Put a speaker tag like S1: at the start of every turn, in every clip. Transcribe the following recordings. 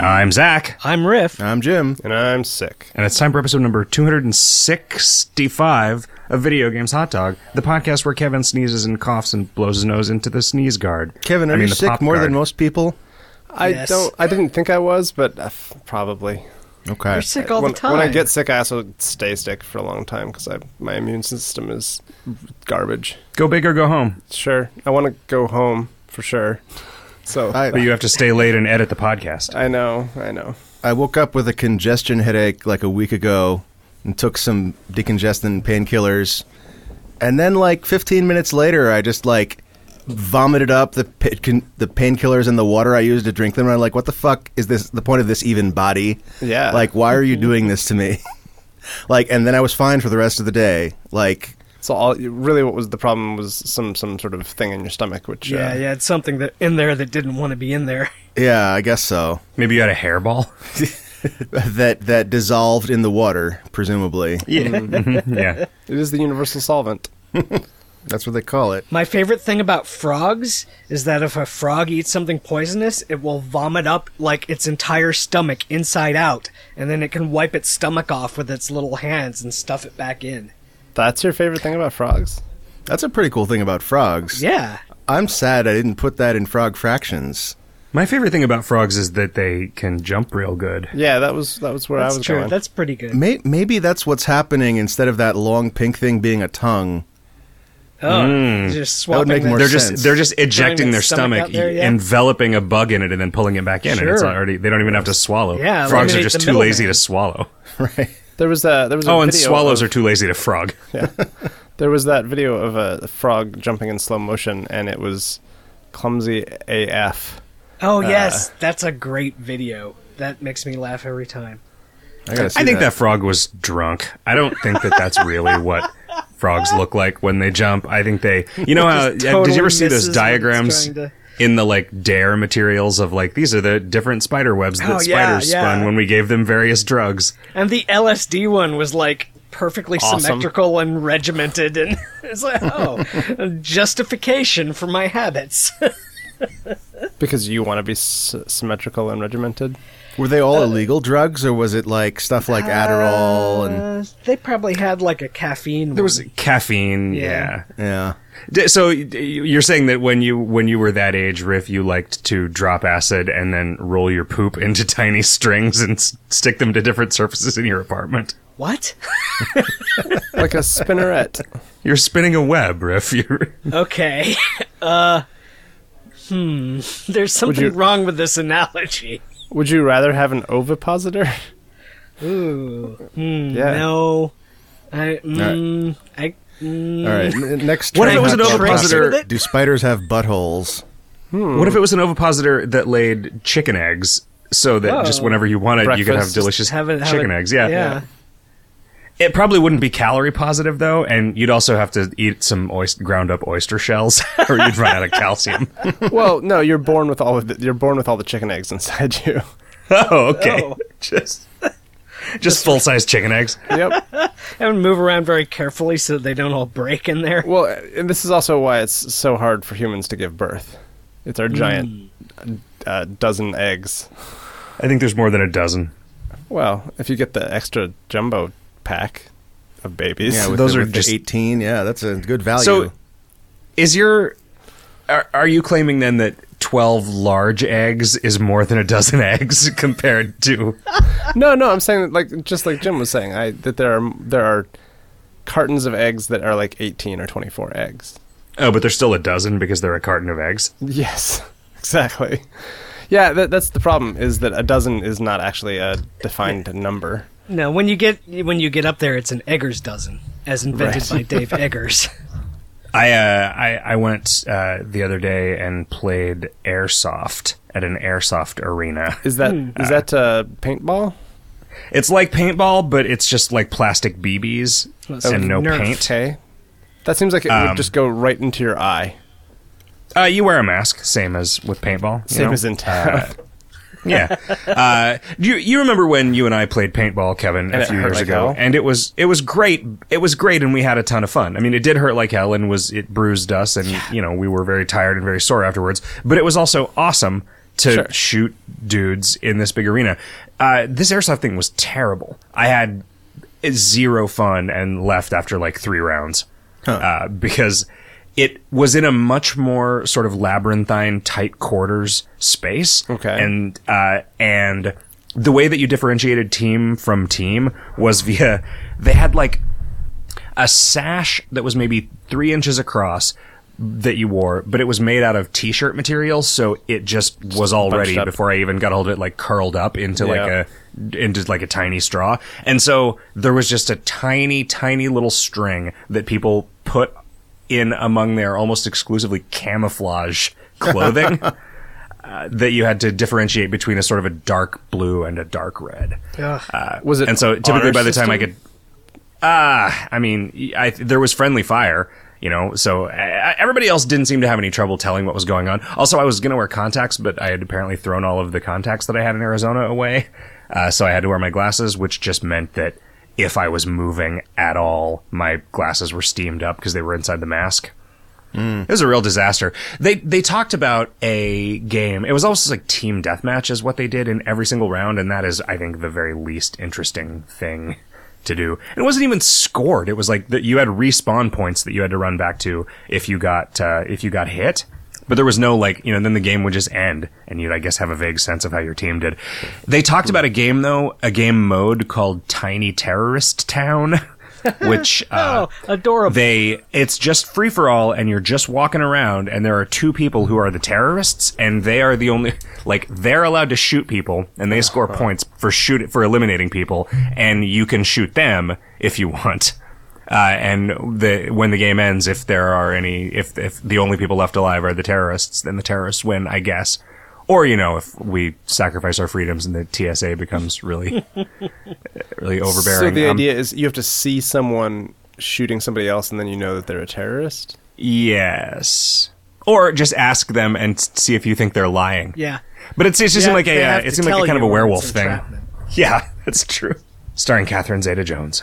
S1: I'm Zach,
S2: I'm Riff.
S3: I'm Jim.
S4: And I'm sick.
S1: and it's time for episode number 265 of Video Games Hot Dog, the podcast where Kevin sneezes and coughs and blows his nose into the sneeze guard.
S3: Kevin, are
S1: I mean,
S3: you
S1: the
S3: sick
S1: pop
S3: more
S1: guard.
S3: than most people?
S4: I
S2: Yes.
S4: don't. I didn't think I was, but uh, f- probably.
S3: Okay.
S5: You're sick all
S4: when,
S5: the time.
S4: when I get sick, I also stay sick for a long time because my immune system is garbage.
S1: Go big or go home.
S4: Sure, I want to go home for sure. So I,
S1: But
S3: I,
S1: you have to stay late and edit the podcast.
S4: know, I know.
S3: I woke up with a congestion headache like a week ago and took some decongestant painkillers. And then like 15 minutes later, I just like vomited up the pa- con- the painkillers and the water I used to drink them. And I'm like, what the fuck is this? The point of this even body?
S4: Yeah.
S3: Like, why are you doing this to me? like, and then I was fine for the rest of the day. Like,
S4: So all really, what was the problem was some some sort of thing in your stomach, which
S2: Yeah,
S4: uh,
S2: yeah, it's something that in there that didn't want to be in there.
S3: yeah, I guess so.
S1: Maybe you had a hairball?
S3: that that dissolved in the water, presumably.
S1: yeah.
S4: it is the universal solvent.
S3: That's what they call it.
S2: My favorite thing about frogs is that if a frog eats something poisonous, it will vomit up like its entire stomach inside out, and then it can wipe its stomach off with its little hands and stuff it back in.
S4: That's your favorite thing about frogs.
S3: That's a pretty cool thing about frogs.
S2: Yeah.
S3: I'm sad I didn't put that in frog fractions.
S1: My favorite thing about frogs is that they can jump real good.
S4: Yeah, that was that was where
S2: That's
S4: I was
S2: true.
S4: going.
S2: That's pretty good.
S3: May- maybe that's what's happening instead of that long pink thing being a tongue.
S2: Oh, just
S3: That would
S2: swapping
S3: make more
S1: They're
S3: sense.
S1: just they're just ejecting
S2: its
S1: their
S2: stomach
S1: stomach,
S2: out there, yeah.
S1: enveloping a bug in it, and then pulling it back in, and it's
S2: Sure.
S1: already they don't even have to swallow.
S2: Yeah,
S1: frogs are
S2: eliminate
S1: just
S2: the
S1: too lazy
S2: middleman.
S1: to swallow.
S3: right.
S4: there was a there was a
S1: Oh, and
S4: video
S1: swallows
S4: of-
S1: are too lazy to frog.
S4: There was that video of a frog jumping in slow motion, and it was clumsy AF.
S2: Oh yes, that's a great video. That makes me laugh every time.
S3: I, gotta see
S1: I think that. frog was drunk. I don't think that that's really what frogs look like when they jump. I think they, you know, how,
S2: Just
S1: did
S2: totally
S1: you ever see those
S2: misses when it's
S1: diagrams
S2: trying to-
S1: in the like dare materials of like these are the different spider webs that
S2: Oh, yeah,
S1: spiders
S2: yeah.
S1: spun when we gave them various drugs?
S2: And the LSD one was like perfectly
S4: Awesome.
S2: symmetrical and regimented, and it's like, oh, justification for my habits.
S4: Because you want to be s- symmetrical and regimented.
S3: Were they
S1: Uh,
S3: all illegal drugs or was it like stuff like Adderall and
S2: Uh, they probably had like a caffeine.
S1: There was
S2: one.
S1: caffeine.
S2: Yeah.
S1: yeah.
S3: yeah?
S1: D- So y- you're saying that when you when you were that age, Riff, you liked to drop acid and then roll your poop into tiny strings and s- stick them to different surfaces in your apartment.
S2: what?
S4: Like a spinneret.
S1: You're spinning a web, Riff. You're
S2: Okay. Uh, hmm. There's something
S4: you-
S2: wrong with this analogy.
S4: Would you rather have an ovipositor?
S2: Ooh. Hmm,
S4: Yeah.
S2: No. I. Mm, I. Mm,
S3: All right. n- Next
S1: What if
S3: train
S1: it was an
S3: hop topic.
S1: ovipositor
S2: that-
S3: Do spiders have buttholes?
S1: What if it was an ovipositor that laid chicken eggs so that just
S2: Whoa.
S1: whenever you wanted, you could have
S4: Breakfast,
S1: delicious
S2: Oh. have it- have
S1: chicken
S2: it-
S1: eggs? Yeah.
S2: yeah.
S1: It probably wouldn't be calorie positive, though, and you'd also have to eat some oyst- ground up oyster shells or you'd run out of calcium.
S4: well, no, you're born with all of the, you're born with all the chicken eggs inside you.
S1: Oh, okay.
S2: Oh.
S1: Just. Just full size chicken eggs.
S4: yep.
S2: I would move around very carefully so that they don't all break in there.
S4: Well, and this is also why it's so hard for humans to give birth. It's our giant uh, dozen eggs.
S1: I think there's more than a dozen.
S4: Well, if you get the extra jumbo pack of babies,
S3: Yeah, with
S1: Those
S3: the,
S1: are
S3: with the
S1: just-
S3: 18. Yeah, that's a good value.
S1: So, is your are, are you claiming then that twelve large eggs is more than a dozen eggs compared to
S4: No, no, I'm saying that, like just like Jim was saying, I that there are there are cartons of eggs that are like 18 or 24 eggs.
S1: Oh, but there's still a dozen because they're a carton of eggs.
S4: Yes, exactly. Yeah, that, that's the problem is that a dozen is not actually a defined number.
S2: No, when you get when you get up there, it's an Eggers dozen, as invented by Dave Eggers.
S1: I uh, I, I went uh, the other day and played airsoft at an airsoft arena.
S4: Is that is that uh, paintball?
S1: It's like paintball, but it's just like plastic BBs
S2: That's
S1: and no
S2: Nerf.
S1: paint.
S4: Okay. That seems like it
S1: Um,
S4: would just go right into your eye.
S1: Uh, you wear a mask, same as with paintball. you
S4: Same
S1: know?
S4: as in town.
S1: yeah. Uh, you you remember when you and I played paintball, Kevin,
S4: And
S1: a
S4: it
S1: few
S4: hurt
S1: years
S4: like
S1: ago,
S4: hell.
S1: and it was it was great. It was great, and we had a ton of fun. I mean, it did hurt like hell, and was it bruised us, and you know we were very tired and very sore afterwards. But it was also awesome to
S4: Sure.
S1: shoot dudes in this big arena. Uh, this airsoft thing was terrible. I had zero fun and left after like three rounds uh, because it was in a much more sort of labyrinthine, tight quarters space.
S4: Okay.
S1: and uh, and the way that you differentiated team from team was via they had like a sash that was maybe three inches across that you wore, but it was made out of t-shirt material, so it just was already
S4: up.
S1: before I even got hold of it, like curled up into
S4: Yeah.
S1: like a into like a tiny straw, and so there was just a tiny, tiny little string that people put in among their almost exclusively camouflage clothing. uh, That you had to differentiate between a sort of a dark blue and a dark red.
S2: Ugh.
S1: Uh,
S4: Was it
S1: And so typically
S4: honor
S1: by the time I
S4: system?
S1: could, ah, I mean, I, there was friendly fire, you know. So I, I- everybody else didn't seem to have any trouble telling what was going on. Also, I was gonna wear contacts, but I had apparently thrown all of the contacts that I had in Arizona away, uh, so I had to wear my glasses, which just meant that if I was moving at all, my glasses were steamed up because they were inside the mask. It was a real disaster. They they talked about a game. It was almost like team deathmatch is what they did in every single round, and that is, I think, the very least interesting thing to do. And it wasn't even scored. It was like that you had respawn points that you had to run back to if you got uh, if you got hit. But there was no like you know. Then the game would just end, and you'd I guess have a vague sense of how your team did. They talked about a game though, a game mode called Tiny Terrorist Town, which uh,
S2: Oh, adorable.
S1: they it's just free for all and you're just walking around and there are two people who are the terrorists and they are the only like they're allowed to shoot people and they score
S4: Uh-huh.
S1: points for shoot for eliminating people and you can shoot them if you want. Uh, and the when the game ends, if there are any, if if the only people left alive are the terrorists, then the terrorists win, I guess. Or you know, if we sacrifice our freedoms and the TSA becomes really, really overbearing.
S4: So the
S1: Um,
S4: idea is you have to see someone shooting somebody else, and then you know that they're a terrorist.
S1: Yes. Or just ask them and s- see if you think they're lying.
S2: yeah.
S1: But it's, it just
S2: Yeah,
S1: seemed like
S2: they
S1: a uh,
S2: have to
S1: it seemed like
S2: tell
S1: a kind of
S2: you
S1: a
S2: when
S1: werewolf
S2: it's
S1: thing.
S2: entrapment.
S1: Yeah, that's true. Starring Catherine Zeta-Jones.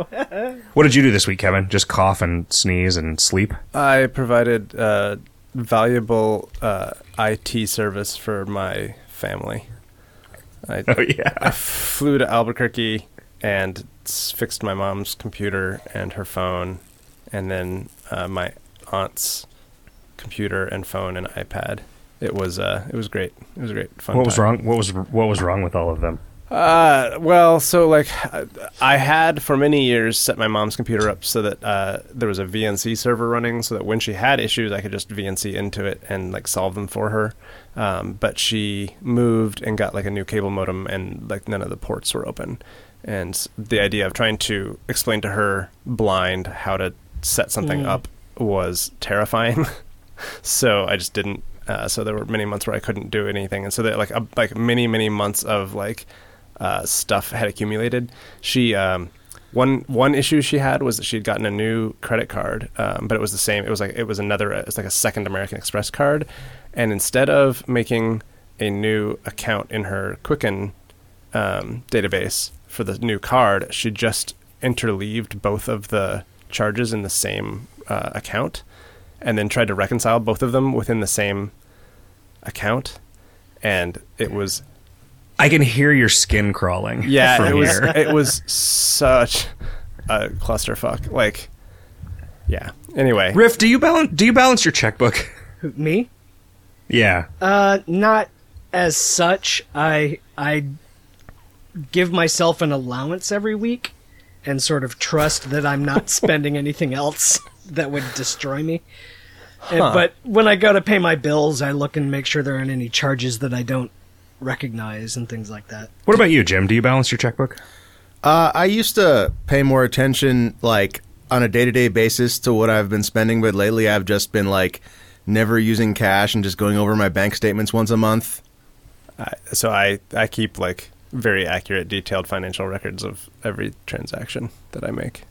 S1: what did you do this week, Kevin? Just cough and sneeze and sleep.
S4: I provided uh, valuable uh, IT service for my family. I,
S1: Oh yeah.
S4: I flew to Albuquerque and s- fixed my mom's computer and her phone, and then uh, my aunt's computer and phone and iPad. It was uh, it was great. It was a great fun.
S1: What was
S4: time.
S1: wrong? What was what was wrong with all of them?
S4: Uh, well, so like I- I had for many years set my mom's computer up so that uh, there was a VNC server running, so that when she had issues, I could just VNC into it and like solve them for her. Um, but she moved and got like a new cable modem, and like none of the ports were open. And s- the idea of trying to explain to her blind how to set something up was terrifying. so I just didn't. Uh, so there were many months where I couldn't do anything, and so there like a, like many many months of like uh, stuff had accumulated. She um, one one issue she had was that she had gotten a new credit card, um, but it was the same. It was like it was another. uh, It's like a second American Express card, and instead of making a new account in her Quicken um, database for the new card, she just interleaved both of the charges in the same uh, account, and then tried to reconcile both of them within the same account, and it was
S1: I can hear your skin crawling.
S4: yeah,
S1: from
S4: it was
S1: here.
S4: it was such a clusterfuck. Like, yeah. Anyway,
S1: Riff, do you balance do you balance your checkbook?
S2: Who- Me?
S1: Yeah.
S2: Uh, not as such. I I give myself an allowance every week, and sort of trust that I'm not spending anything else that would destroy me. And- but when I go to pay my bills, I look and make sure there aren't any charges that I don't recognize and things like that.
S1: What about you, Jim? Do you balance your checkbook?
S3: Uh, I used to pay more attention, like on a day to day basis, to what I've been spending, but lately I've just been like never using cash and just going over my bank statements once a month.
S4: I, so I I keep like very accurate, detailed financial records of every transaction that I make,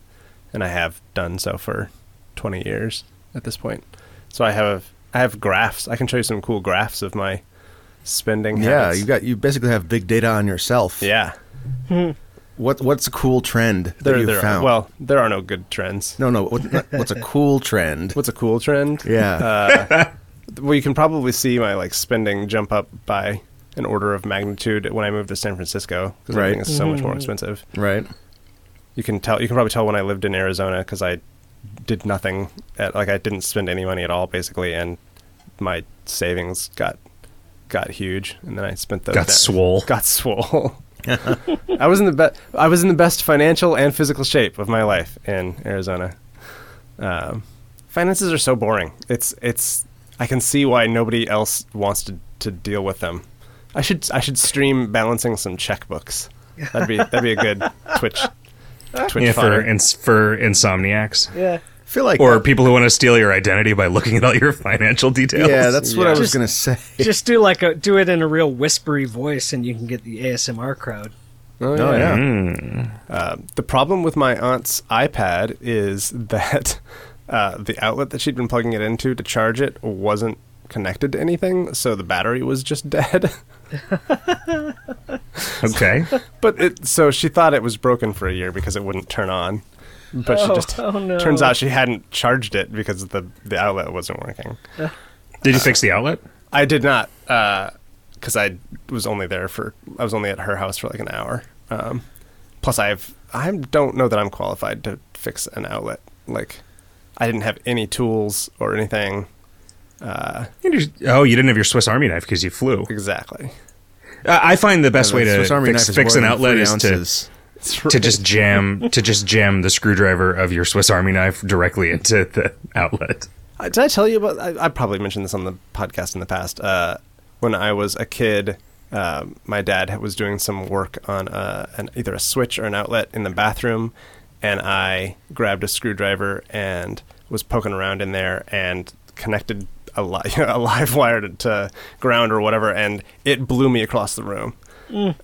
S4: and I have done so for twenty years at this point. So I have I have graphs. I can show you some cool graphs of my spending.
S3: Yeah,
S4: habits.
S3: you got you basically have big data on yourself.
S4: yeah.
S3: What what's a cool trend that
S4: There,
S3: you
S4: there. Are,
S3: found?
S4: well, there are no good trends.
S3: no, no. What, not- what's a cool trend?
S4: What's a cool trend?
S3: Yeah,
S1: Uh,
S4: Well, you can probably see my like spending jump up by an order of magnitude when I moved to San Francisco because
S3: Right.
S4: everything is so much more expensive.
S3: right.
S4: You can tell. You can probably tell when I lived in Arizona because I did nothing. At, like I didn't spend any money at all, basically, and my savings got got huge, and then I spent those
S1: Got
S4: down-
S1: swole.
S4: Got swole. I was in the best. I was in the best financial and physical shape of my life in Arizona. Um, finances are so boring. It's it's. I can see why nobody else wants to, to deal with them. I should I should stream balancing some checkbooks. That'd be that'd be a good Twitch Twitch
S1: Yeah, for
S4: fodder.
S1: ins- for insomniacs
S2: Yeah.
S3: I feel like
S1: or people who want to steal your identity by looking at all your financial details.
S3: yeah, that's what I
S4: Yeah.
S3: was
S2: Just-
S3: gonna say.
S2: Just do like a do it in a real whispery voice, and you can get the ASMR crowd.
S3: Oh yeah.
S1: Mm,
S4: the problem with my aunt's iPad is that uh, the outlet that she'd been plugging it into to charge it wasn't connected to anything, so the battery was just dead.
S1: okay.
S4: but it, so she thought it was broken for a year because it wouldn't turn on. But she
S2: Oh,
S4: just
S2: oh no.
S4: turns out she hadn't charged it because the the outlet wasn't working.
S1: Did you fix the outlet?
S4: I did not because I was only there for I was only at her house for like an hour. Um, plus, I've I don't know that I'm qualified to fix an outlet. Like, I didn't have any tools or anything.
S1: You just- Oh, you didn't have your Swiss Army knife because you flew.
S4: Exactly.
S1: Uh, I find the best way to
S3: Swiss Army
S1: fix,
S3: knife is
S1: fix
S3: more
S1: an
S3: than
S1: outlet
S3: three
S1: is to
S3: ounces.
S1: to just jam to just jam the screwdriver of your Swiss Army knife directly into the outlet.
S4: Uh, Did I tell you about? I, I probably mentioned this on the podcast in the past. Uh, when I was a kid, um my dad was doing some work on uh, an, either a switch or an outlet in the bathroom, and I grabbed a screwdriver and was poking around in there and connected a, li- a live wire to, to ground or whatever, and it blew me across the room.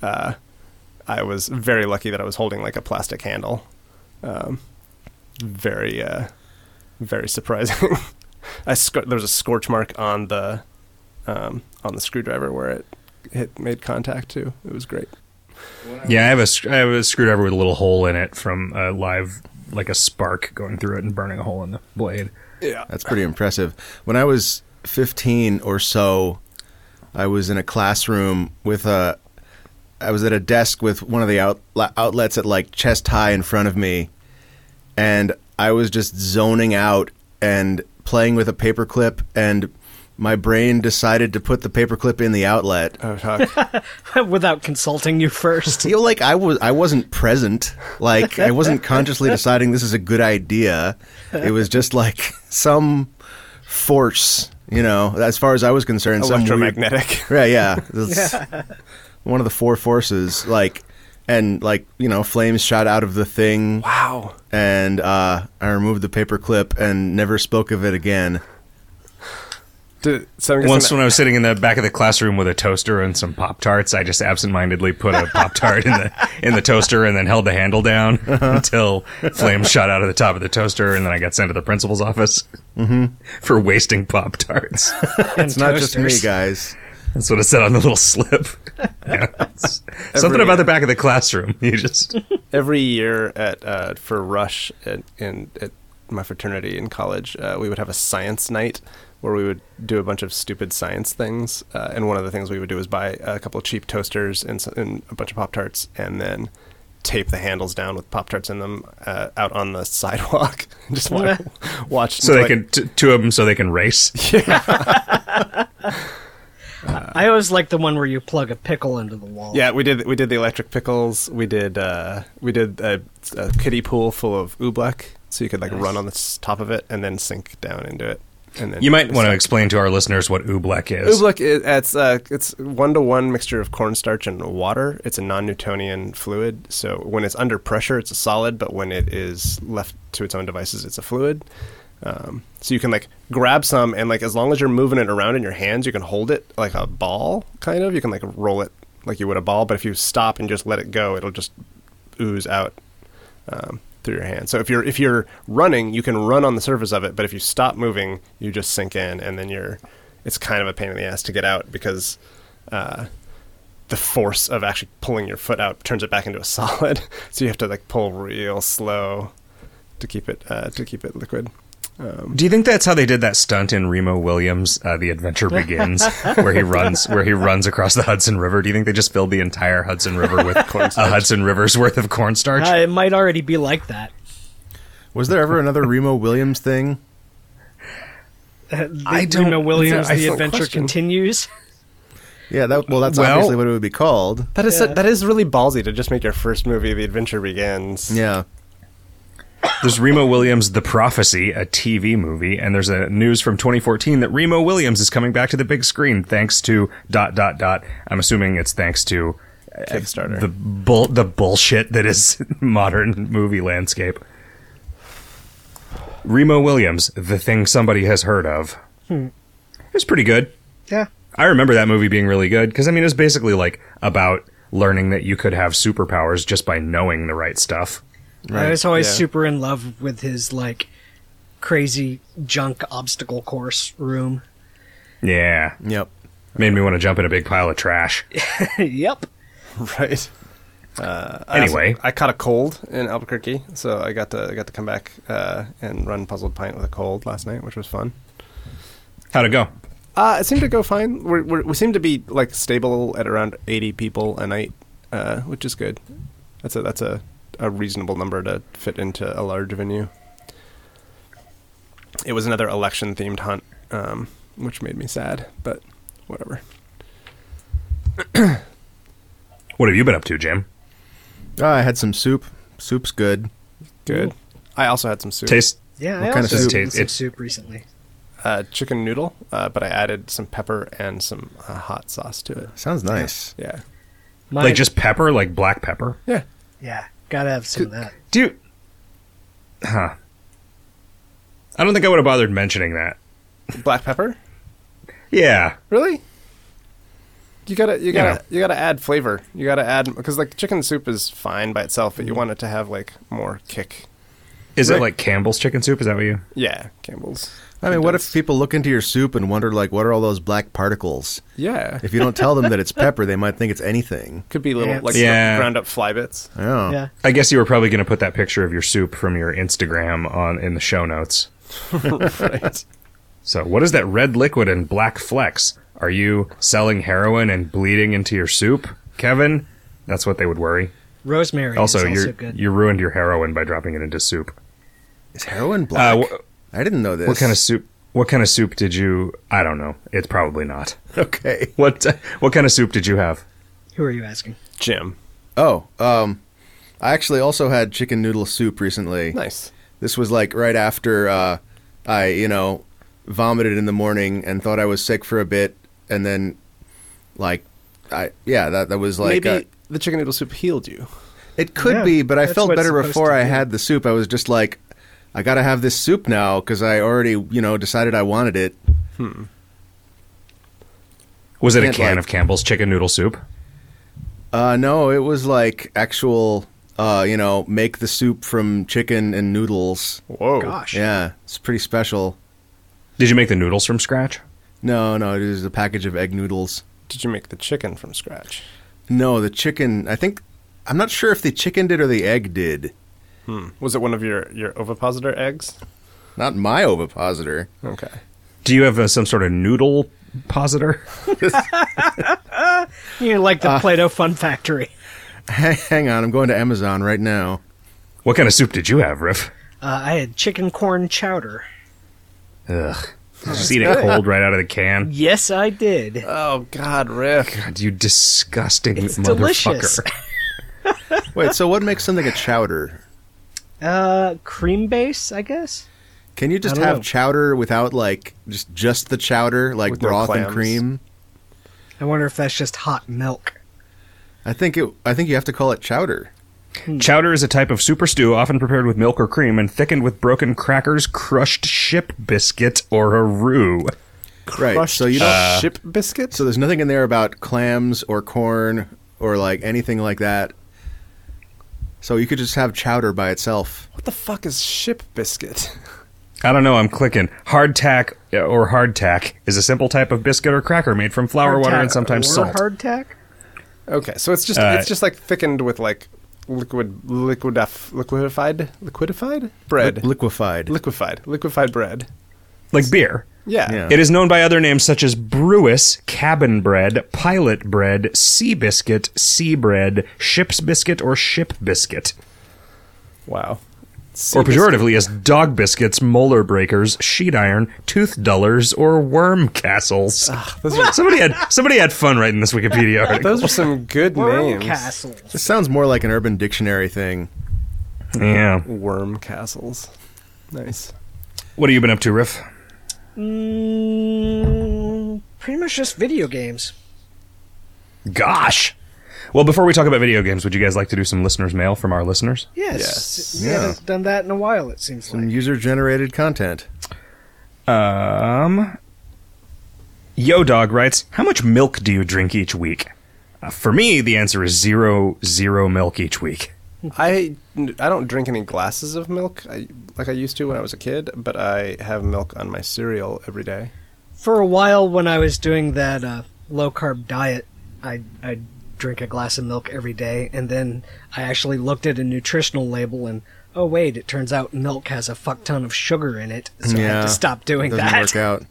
S4: Uh, I was very lucky that I was holding like a plastic handle. Um, very. Uh, very surprising. I scor- there was a scorch mark on the um, on the screwdriver where it hit made contact too. It was great.
S1: Yeah, I have a sc- I have a screwdriver with a little hole in it from a live like a spark going through it and burning a hole in the blade.
S4: Yeah.
S3: That's pretty impressive. When I was 15 or so, I was in a classroom with a. I was at a desk with one of the out, outlets at like chest high in front of me, and I was just zoning out and playing with a paperclip, and my brain decided to put the paperclip in the outlet.
S4: Oh, Huck.
S2: Without consulting you first.
S3: You know, like I was, I wasn't present. Like I wasn't consciously deciding this is a good idea. It was just like some force, you know. As far as I was concerned, some weird,
S4: electromagnetic.
S3: yeah, yeah, It's one of the four forces. Like, and like you know, flames shot out of the thing,
S4: wow.
S3: and uh, I removed the paperclip and never spoke of it again.
S4: Did, so I'm guessing
S1: Once when I was sitting in the back of the classroom with a toaster and some pop tarts, I just absentmindedly put a pop tart in the in the toaster and then held the handle down until flames shot out of the top of the toaster, and then I got sent to the principal's office for wasting pop tarts.
S2: and
S3: It's not just me,
S2: toasters.
S3: guys.
S1: That's what it said on the little slip. Yeah, it's- something about the back of the classroom. You just
S4: every year at uh, for rush at, in at my fraternity in college uh, we would have a science night where we would do a bunch of stupid science things uh, and one of the things we would do is buy a couple of cheap toasters and, s- and a bunch of pop tarts and then tape the handles down with pop tarts in them uh, out on the sidewalk and just watch, watch
S1: so
S4: until
S1: they
S4: I-
S1: can t- two of them so they can race.
S2: I always like the one where you plug a pickle into the wall.
S4: yeah we did we did the electric pickles we did uh, we did a, a kiddie pool full of oobleck so you could like run on the s- top of it and then sink down into it and then
S1: You might want to explain to our listeners what oobleck is.
S4: Oobleck is it's uh, it's one to one mixture of cornstarch and water. It's a non-Newtonian fluid. So when it's under pressure, it's a solid, but when it is left to its own devices, it's a fluid. Um, so you can like grab some and like as long as you're moving it around in your hands, you can hold it like a ball, kind of. You can like roll it like you would a ball, but if you stop and just let it go, it'll just ooze out um, through your hand. So if you're if you're running, you can run on the surface of it, but if you stop moving, you just sink in, and then you're. It's kind of a pain in the ass to get out because uh, the force of actually pulling your foot out turns it back into a solid. so you have to like pull real slow to keep it uh, to keep it liquid.
S1: Do you think that's how they did that stunt in Remo Williams, uh, The Adventure Begins, where he runs where he runs across the Hudson River? Do you think they just filled the entire Hudson River with a Hudson River's worth of cornstarch?
S2: Uh, it might already be like that.
S3: Was there ever another Remo Williams thing?
S1: I
S2: Do you know Uh, Williams,
S1: I
S2: the
S1: thought-
S2: adventure
S4: question.
S2: continues.
S3: Yeah, that well, that's
S1: Well-
S3: obviously what it would be called.
S4: That is
S2: Yeah.
S4: that is really ballsy to just make your first movie The Adventure Begins.
S3: Yeah,
S1: There's Remo Williams, The Prophecy, a TV movie, and there's a news from 2014 that Remo Williams is coming back to the big screen thanks to dot dot dot. I'm assuming it's thanks to uh,
S4: Kickstarter.
S1: the bull the bullshit that is modern movie landscape. Remo Williams, the thing somebody has heard of. It was pretty good.
S2: Yeah.
S1: I remember that movie being really good because I mean it was basically like about learning that you could have superpowers just by knowing the right stuff.
S2: I was always
S4: yeah.
S2: super in love with his like crazy junk obstacle course room.
S1: Yeah.
S3: yep.
S1: Made me want to jump in a big pile of trash.
S2: yep.
S4: right. I also-
S1: Anyway,
S4: I caught a cold in Albuquerque, so I got to I got to come back uh, and run Puzzled Pint with a cold last night, which was fun.
S1: how'd it go?
S4: Uh, it seemed to go fine. We're, we're, we seem to be like stable at around eighty people a night, uh, which is good. That's a that's a, a reasonable number to fit into a large venue. It was another election themed hunt, um, which made me sad, but whatever.
S1: What have you been up to, Jim?
S3: Ah, I had some soup. Soup's good.
S4: Good. I also had some soup.
S1: Taste
S2: Yeah,
S3: What
S2: I
S3: kind of
S2: also
S1: soup?
S2: had some
S1: It-
S2: soup recently.
S4: uh, chicken noodle, uh, but I added some pepper and some uh, hot sauce to it.
S3: Sounds nice.
S4: Yeah.
S2: My,
S1: like just pepper, like black pepper.
S4: Yeah.
S2: yeah, gotta have some of that.
S1: Do you? Huh. I don't think I would have bothered mentioning that.
S4: Black pepper?
S1: Yeah.
S4: Really? You gotta, you
S1: Yeah.
S4: gotta, you gotta add flavor. You gotta add because like chicken soup is fine by itself, but you want it to have like more kick.
S1: Is
S4: Right.
S1: it like Campbell's chicken soup? Is that what you?
S4: Yeah, Campbell's.
S3: I mean, what if people look into your soup and wonder like, what are all those black particles?
S4: Yeah,
S3: If you don't tell them that it's pepper, they might think it's anything.
S4: could be little
S2: Ants.
S4: like
S1: Yeah.
S4: ground up fly bits.
S3: Oh,
S2: Yeah,
S1: I guess you were probably going to put that picture of your soup from your Instagram on in the show notes.
S4: right.
S1: So, what is that red liquid and black flecks? Are you selling heroin and bleeding into your soup, Kevin? That's what they would worry.
S2: rosemary.
S1: Also,
S2: is
S1: you
S2: also
S1: are
S2: good.
S1: you ruined your heroin by dropping it into soup.
S3: is heroin
S1: Uh,
S3: black?
S1: wh-
S3: I didn't know this.
S1: What kind of soup? What kind of soup did you? I don't know. It's probably not.
S3: okay?
S1: What What kind of soup did you have?
S2: Who are you asking?
S4: Jim,
S3: Oh, um, I actually also had chicken noodle soup recently.
S4: nice.
S3: This was like right after uh, I, you know, vomited in the morning and thought I was sick for a bit, and then, like, I yeah, that that was like
S4: Maybe
S3: uh,
S4: the chicken noodle soup healed you.
S3: it could
S2: Yeah,
S3: be, but I
S2: that's
S3: felt
S2: what it's
S3: better
S2: supposed
S3: before
S2: to
S3: I
S2: be.
S3: had the soup. I was just like, I gotta have this soup now because I already, you know, decided I wanted it.
S1: Was it a
S3: Can't
S1: can
S3: like-
S1: of Campbell's chicken noodle soup?
S3: Uh, no, it was like actual, uh, you know, make the soup from chicken and noodles.
S4: Whoa.
S2: Gosh,
S3: Yeah, it's pretty special.
S1: Did you make the noodles from scratch?
S3: No, no, it is a package of egg noodles.
S4: Did you make the chicken from scratch?
S3: No, the chicken. I think I'm not sure if the chicken did or the egg did.
S4: Was it one of your your ovipositor eggs?
S3: Not my ovipositor.
S4: Okay.
S1: Do you have uh, some sort of noodle positor?
S2: you like the Play-Doh Fun Factory?
S3: Hang on, I'm going to Amazon right now.
S1: What kind of soup did you have, Riff?
S2: Uh, I had chicken corn chowder.
S1: Ugh. Just eat it cold right out of the can.
S2: Yes, I did.
S4: Oh God, Rick.
S1: God, you disgusting
S2: It's
S1: motherfucker.
S2: delicious.
S3: Wait, so what makes something a chowder?
S2: Uh, cream base, I guess.
S3: Can you just
S2: I don't
S3: have
S2: know.
S3: chowder without like just just the chowder, like
S4: With no
S3: broth and
S4: clams.
S3: cream?
S2: I wonder if that's just hot milk.
S3: I think it. I think you have to call it chowder.
S2: Mm.
S1: Chowder is a type of super stew often prepared with milk or cream and thickened with broken crackers, crushed ship biscuit, or a roux.
S3: Right. So you don't.
S4: ship biscuits.
S3: so there's nothing in there about clams or corn or like anything like that. So you could just have chowder by itself.
S4: What the fuck is ship biscuit?
S1: I don't know. I'm clicking. Hardtack uh, or hardtack is a simple type of biscuit or cracker made from flour, water, and
S2: Hardtack
S1: sometimes
S2: or
S1: salt.
S2: Hardtack.
S4: Okay, so it's just
S1: Uh,
S4: it's just like thickened with like liquid liquidif- liquidified liquidified bread
S3: liquefied.
S4: liquefied liquefied bread.
S1: like beer.
S4: Yeah.
S3: Yeah.
S1: It is known by other names such as brewis, cabin bread, pilot bread, sea biscuit, sea bread, ship's biscuit, or ship biscuit.
S4: Wow.
S1: or pejoratively as dog biscuits, molar breakers, sheet iron, tooth dullers, or worm castles.
S4: those are-
S1: somebody had somebody had fun writing this Wikipedia article.
S4: Those are some good
S2: Worm
S4: names.
S2: castles.
S3: This sounds more like an urban dictionary thing.
S1: Yeah.
S4: Worm castles. Nice.
S1: What have you been up to, Riff?
S2: Mm, pretty much just video games.
S1: Gosh. Well, before we talk about video games, would you guys like to do some listeners' mail from our listeners?
S2: Yes.
S4: Yes.
S2: We
S3: Yeah.
S2: haven't done that in a while, it seems
S3: Some
S2: like.
S3: user generated content.
S1: Um, Yo Dog writes, "How much milk do you drink each week?" Uh, for me, the answer is zero, zero milk each week.
S4: I I don't drink any glasses of milk I, like I used to when I was a kid, but I have milk on my cereal every day.
S2: For a while, when I was doing that uh, low carb diet, I I drink a glass of milk every day, and then I actually looked at a nutritional label and. Oh wait! It turns out milk has a fuck ton of sugar in it, so I had
S3: Yeah.
S2: to stop doing
S3: Doesn't
S2: that.
S3: work out.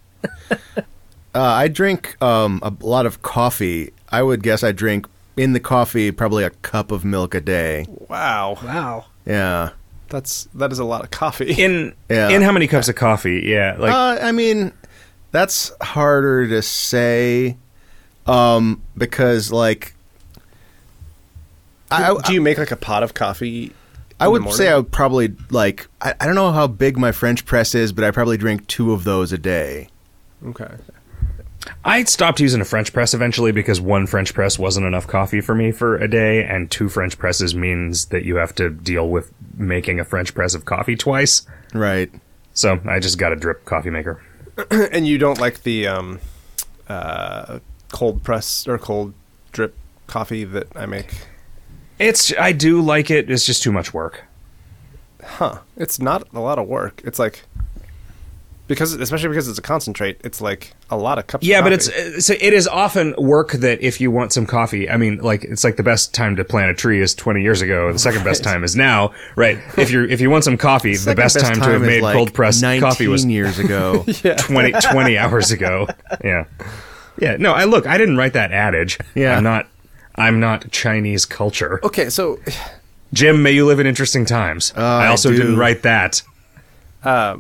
S3: uh, I drink um, a lot of coffee. I would guess I drink in the coffee probably a cup of milk a day.
S4: Wow,
S2: Wow!
S3: Yeah.
S4: that's that is a lot of coffee.
S1: In
S3: Yeah.
S1: in how many cups of coffee? Yeah, like
S3: uh, I mean, that's harder to say um, because, like, I, I-
S4: Do you make like a pot of coffee?
S3: I
S4: in the
S3: would say
S4: morning?
S3: I would probably like I, I don't know how big my French press is, but I probably drink two of those a day.
S4: Okay.
S1: I stopped using a French press eventually because one French press wasn't enough coffee for me for a day, and two French presses means that you have to deal with making a French press of coffee twice.
S3: Right.
S1: So I just got a drip coffee maker.
S4: And you don't like the um, uh, cold press or cold drip coffee that I make?
S1: It's I do like it. It's just too much work.
S4: Huh. It's not a lot of work. It's like because especially because it's a concentrate, it's like a lot of cups. of
S1: Yeah, but
S4: coffee.
S1: it's uh, so it is often work that if you want some coffee, I mean, like it's like the best time to plant a tree is 20 years ago, the second best time is now, right? If you're if you want some coffee, the
S3: Second
S1: best, time, to have
S3: is,
S1: made
S3: like,
S1: cold pressed coffee was
S3: 19 years ago.
S1: 20, 20 hours ago. Yeah. Yeah. No, I look, I didn't write that adage.
S3: Yeah.
S1: I'm not I'm not Chinese culture.
S4: okay. So
S1: Jim, may you live in interesting times. I
S3: Uh, I
S1: also
S3: do.
S1: didn't write that.
S4: But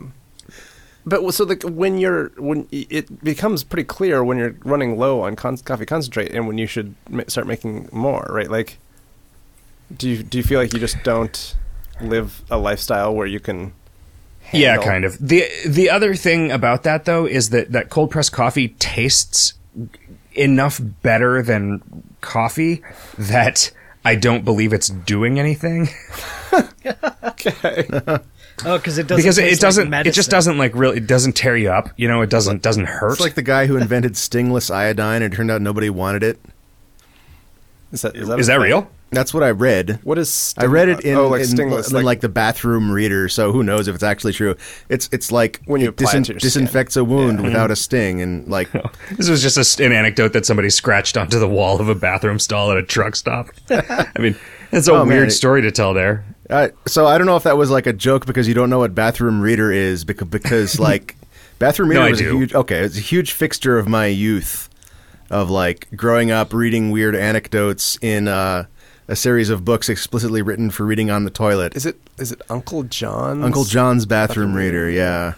S4: w- so like when you're when y- it becomes pretty clear when you're running low on con- coffee concentrate and when you should ma- start making more, right? Like, do you do you feel like you just don't live a lifestyle where you can?
S1: Yeah,
S4: handle-
S1: kind of. The the other thing about that though is that that cold pressed coffee tastes enough better than coffee that I don't believe it's doing anything
S2: Oh, because it doesn't.
S1: because it, it
S2: taste
S1: doesn't
S2: Like
S1: it just
S2: medicine.
S1: doesn't like really it doesn't tear you up, you know, it doesn't doesn't hurt.
S3: It's like the guy who invented stingless iodine and it turned out nobody wanted it.
S4: Is that is that,
S1: is
S4: a
S1: that
S4: thing?
S1: real?
S3: That's what I read.
S4: What is
S3: I read it
S4: sting-
S3: in,
S4: oh like
S3: in-
S4: stingless
S3: in, like, the bathroom reader, so who knows if it's actually true. It's it's like
S4: When you
S3: it
S4: apply it to your skin.
S3: disinfects a wound without a sting and like
S1: Oh. This was just a s an anecdote that somebody scratched onto the wall of a bathroom stall at a truck stop. I mean, that's a
S3: Oh, man,
S1: weird
S3: it-
S1: story to tell there.
S3: Uh, so I don't know if that was like a joke because you don't know what bathroom reader is because, because like bathroom reader
S1: I
S3: was a
S1: do.
S3: huge okay it's a huge fixture of my youth of like growing up reading weird anecdotes in uh, a series of books explicitly written for reading on the toilet.
S4: Is it is it Uncle John?
S3: Uncle John's bathroom reader, yeah.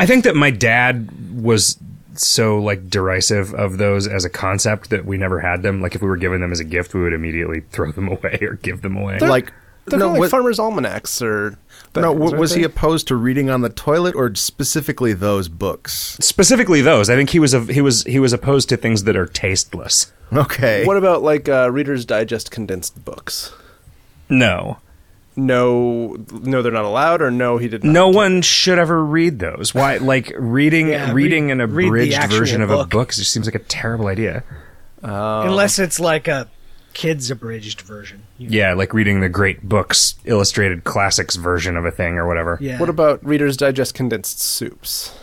S1: I think that my dad was so like derisive of those as a concept that we never had them. Like if we were given them as a gift, we would immediately throw them away or give them away.
S3: like
S4: They're
S3: no,
S4: kinda like
S3: was,
S4: farmers' almanacs or that-
S3: no,
S4: is
S3: wa-
S4: that
S3: was
S4: a
S3: he
S4: thing?
S3: opposed to reading on the toilet or specifically those books?
S1: Specifically those. I think he was a, he was he was opposed to things that are tasteless.
S3: Okay,
S4: What about like uh, Reader's Digest condensed books?
S1: No.
S4: No, no, they're not allowed, or no, he didn't.
S1: No one should ever read those. Why like reading
S2: Yeah,
S1: reading
S2: read-
S1: an
S2: read the
S1: abridged
S2: actual
S1: version of a
S2: book.
S1: book just seems like a terrible idea.
S2: Unless it's like a kids abridged version. You-
S1: Yeah, like reading the great books, illustrated classics version of a thing or whatever.
S2: Yeah.
S4: What about Reader's Digest condensed soups?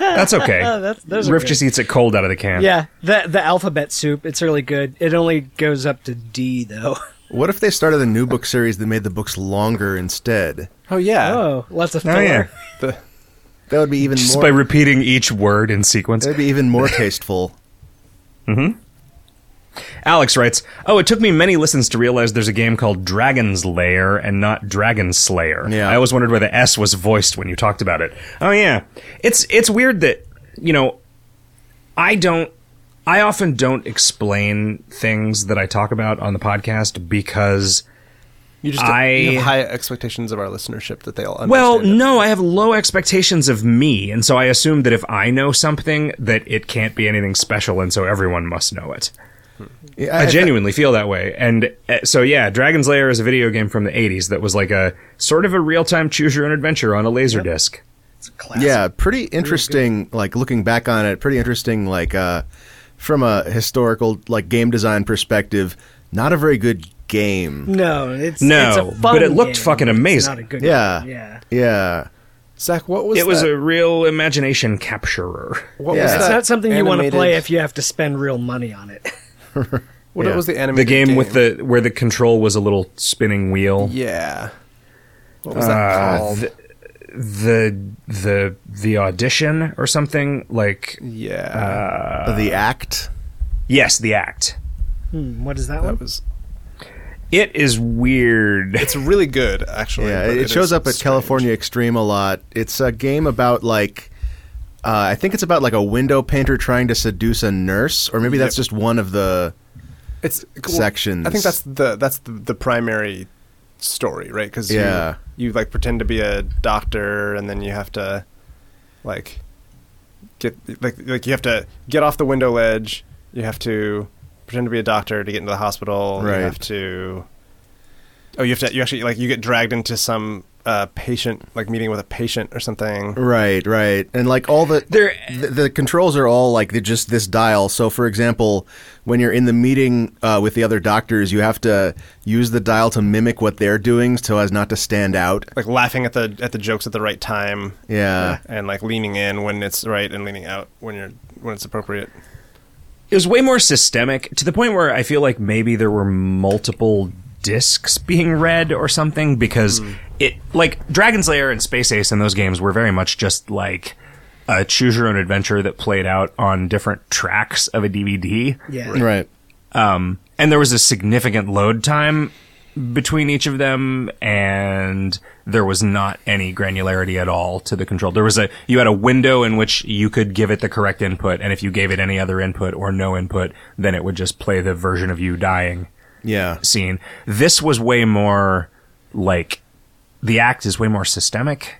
S1: That's okay.
S2: Oh, That's- those are
S1: Riff
S2: good.
S1: just eats it cold out of the can.
S2: yeah, the the alphabet soup. It's really good. It only goes up to D though.
S3: What if they started a new book series that made the books longer instead?
S4: Oh yeah,
S2: Oh, lots of filler.
S1: Oh, yeah.
S4: the
S3: That would be even
S1: Just
S3: more.
S1: by repeating each word in sequence.
S3: that'd be even more tasteful.
S1: Alex writes, "Oh, it took me many listens to realize there's a game called Dragon's Lair and not Dragon Slayer.
S3: Yeah.
S1: I always wondered where the S was voiced when you talked about it. Oh yeah, it's it's weird that you know, I don't." I often don't explain things that I talk about on the podcast because
S4: you just
S1: I-
S4: you have high expectations of our listenership that they all understand.
S1: Well,
S4: it.
S1: no, I have low expectations of me, and so I assume that if I know something, that it can't be anything special, and so everyone must know it.
S3: Yeah,
S1: I
S3: I-
S1: genuinely feel that way, and uh, so yeah, Dragon's Lair is a video game from the '80s that was like a sort of a real-time choose-your-own adventure on a laser disc.
S2: It's a classic.
S3: yeah, pretty interesting. like looking back on it, pretty interesting. Like uh, from a historical like game design perspective, not a very good game.
S2: No, it's
S1: No,
S2: it's a fun
S1: but it looked
S2: game.
S1: fucking
S2: It's
S1: amazing.
S2: not a good
S3: Yeah.
S2: game, Yeah.
S3: Yeah,
S4: Zach, what was
S1: It was
S4: that?
S1: a real imagination capturer.
S4: what
S3: Yeah.
S4: was
S3: It's
S2: It's
S4: that
S2: not something you want to
S4: animated-
S2: play if you have to spend real money on it.
S4: What
S3: Yeah.
S4: was the
S1: The
S4: animated
S1: game with the where the control was a little spinning wheel.
S4: yeah. What was that called?
S1: The the the audition or something like
S4: yeah,
S3: the act.
S1: yes, the act.
S2: Hmm, what is that
S4: that
S2: one?
S4: was.
S1: It is weird.
S4: It's really good, actually.
S3: Yeah,
S4: but
S3: it, it
S4: is
S3: shows up at
S4: strange.
S3: California Extreme a lot. It's a game about like. Uh, I think it's about like a window painter trying to seduce a nurse, or maybe that's just one of the.
S4: It's
S3: sections.
S4: I think that's the that's the, the primary story, right? Because
S3: Yeah.
S4: you, you like pretend to be a doctor, and then you have to like get like like you have to get off the window ledge. You have to pretend to be a doctor to get into the hospital.
S3: Right.
S4: You have to. Oh, you have to. You actually like you get dragged into some uh, patient like meeting with a patient or something.
S3: Right, right, and like all the
S1: There-
S3: the, the controls are all like they just this dial. So, for example, when you're in the meeting uh, with the other doctors, you have to use the dial to mimic what they're doing, so as not to stand out.
S4: Like laughing at the at the jokes at the right time.
S3: Yeah.
S4: and like leaning in when it's right and leaning out when you're when it's appropriate.
S1: it was way more systemic to the point where I feel like maybe there were multiple discs being read or something because it like Dragon's Lair and Space Ace and those games were very much just like a choose your own adventure that played out on different tracks of a DVD.
S2: Yeah.
S3: Right.
S1: Um, and there was a significant load time between each of them, and there was not any granularity at all to the control. There was a you had a window in which you could give it the correct input, and if you gave it any other input or no input, then it would just play the version of you dying
S3: Yeah.
S1: scene. This was way more like the act is way more systemic.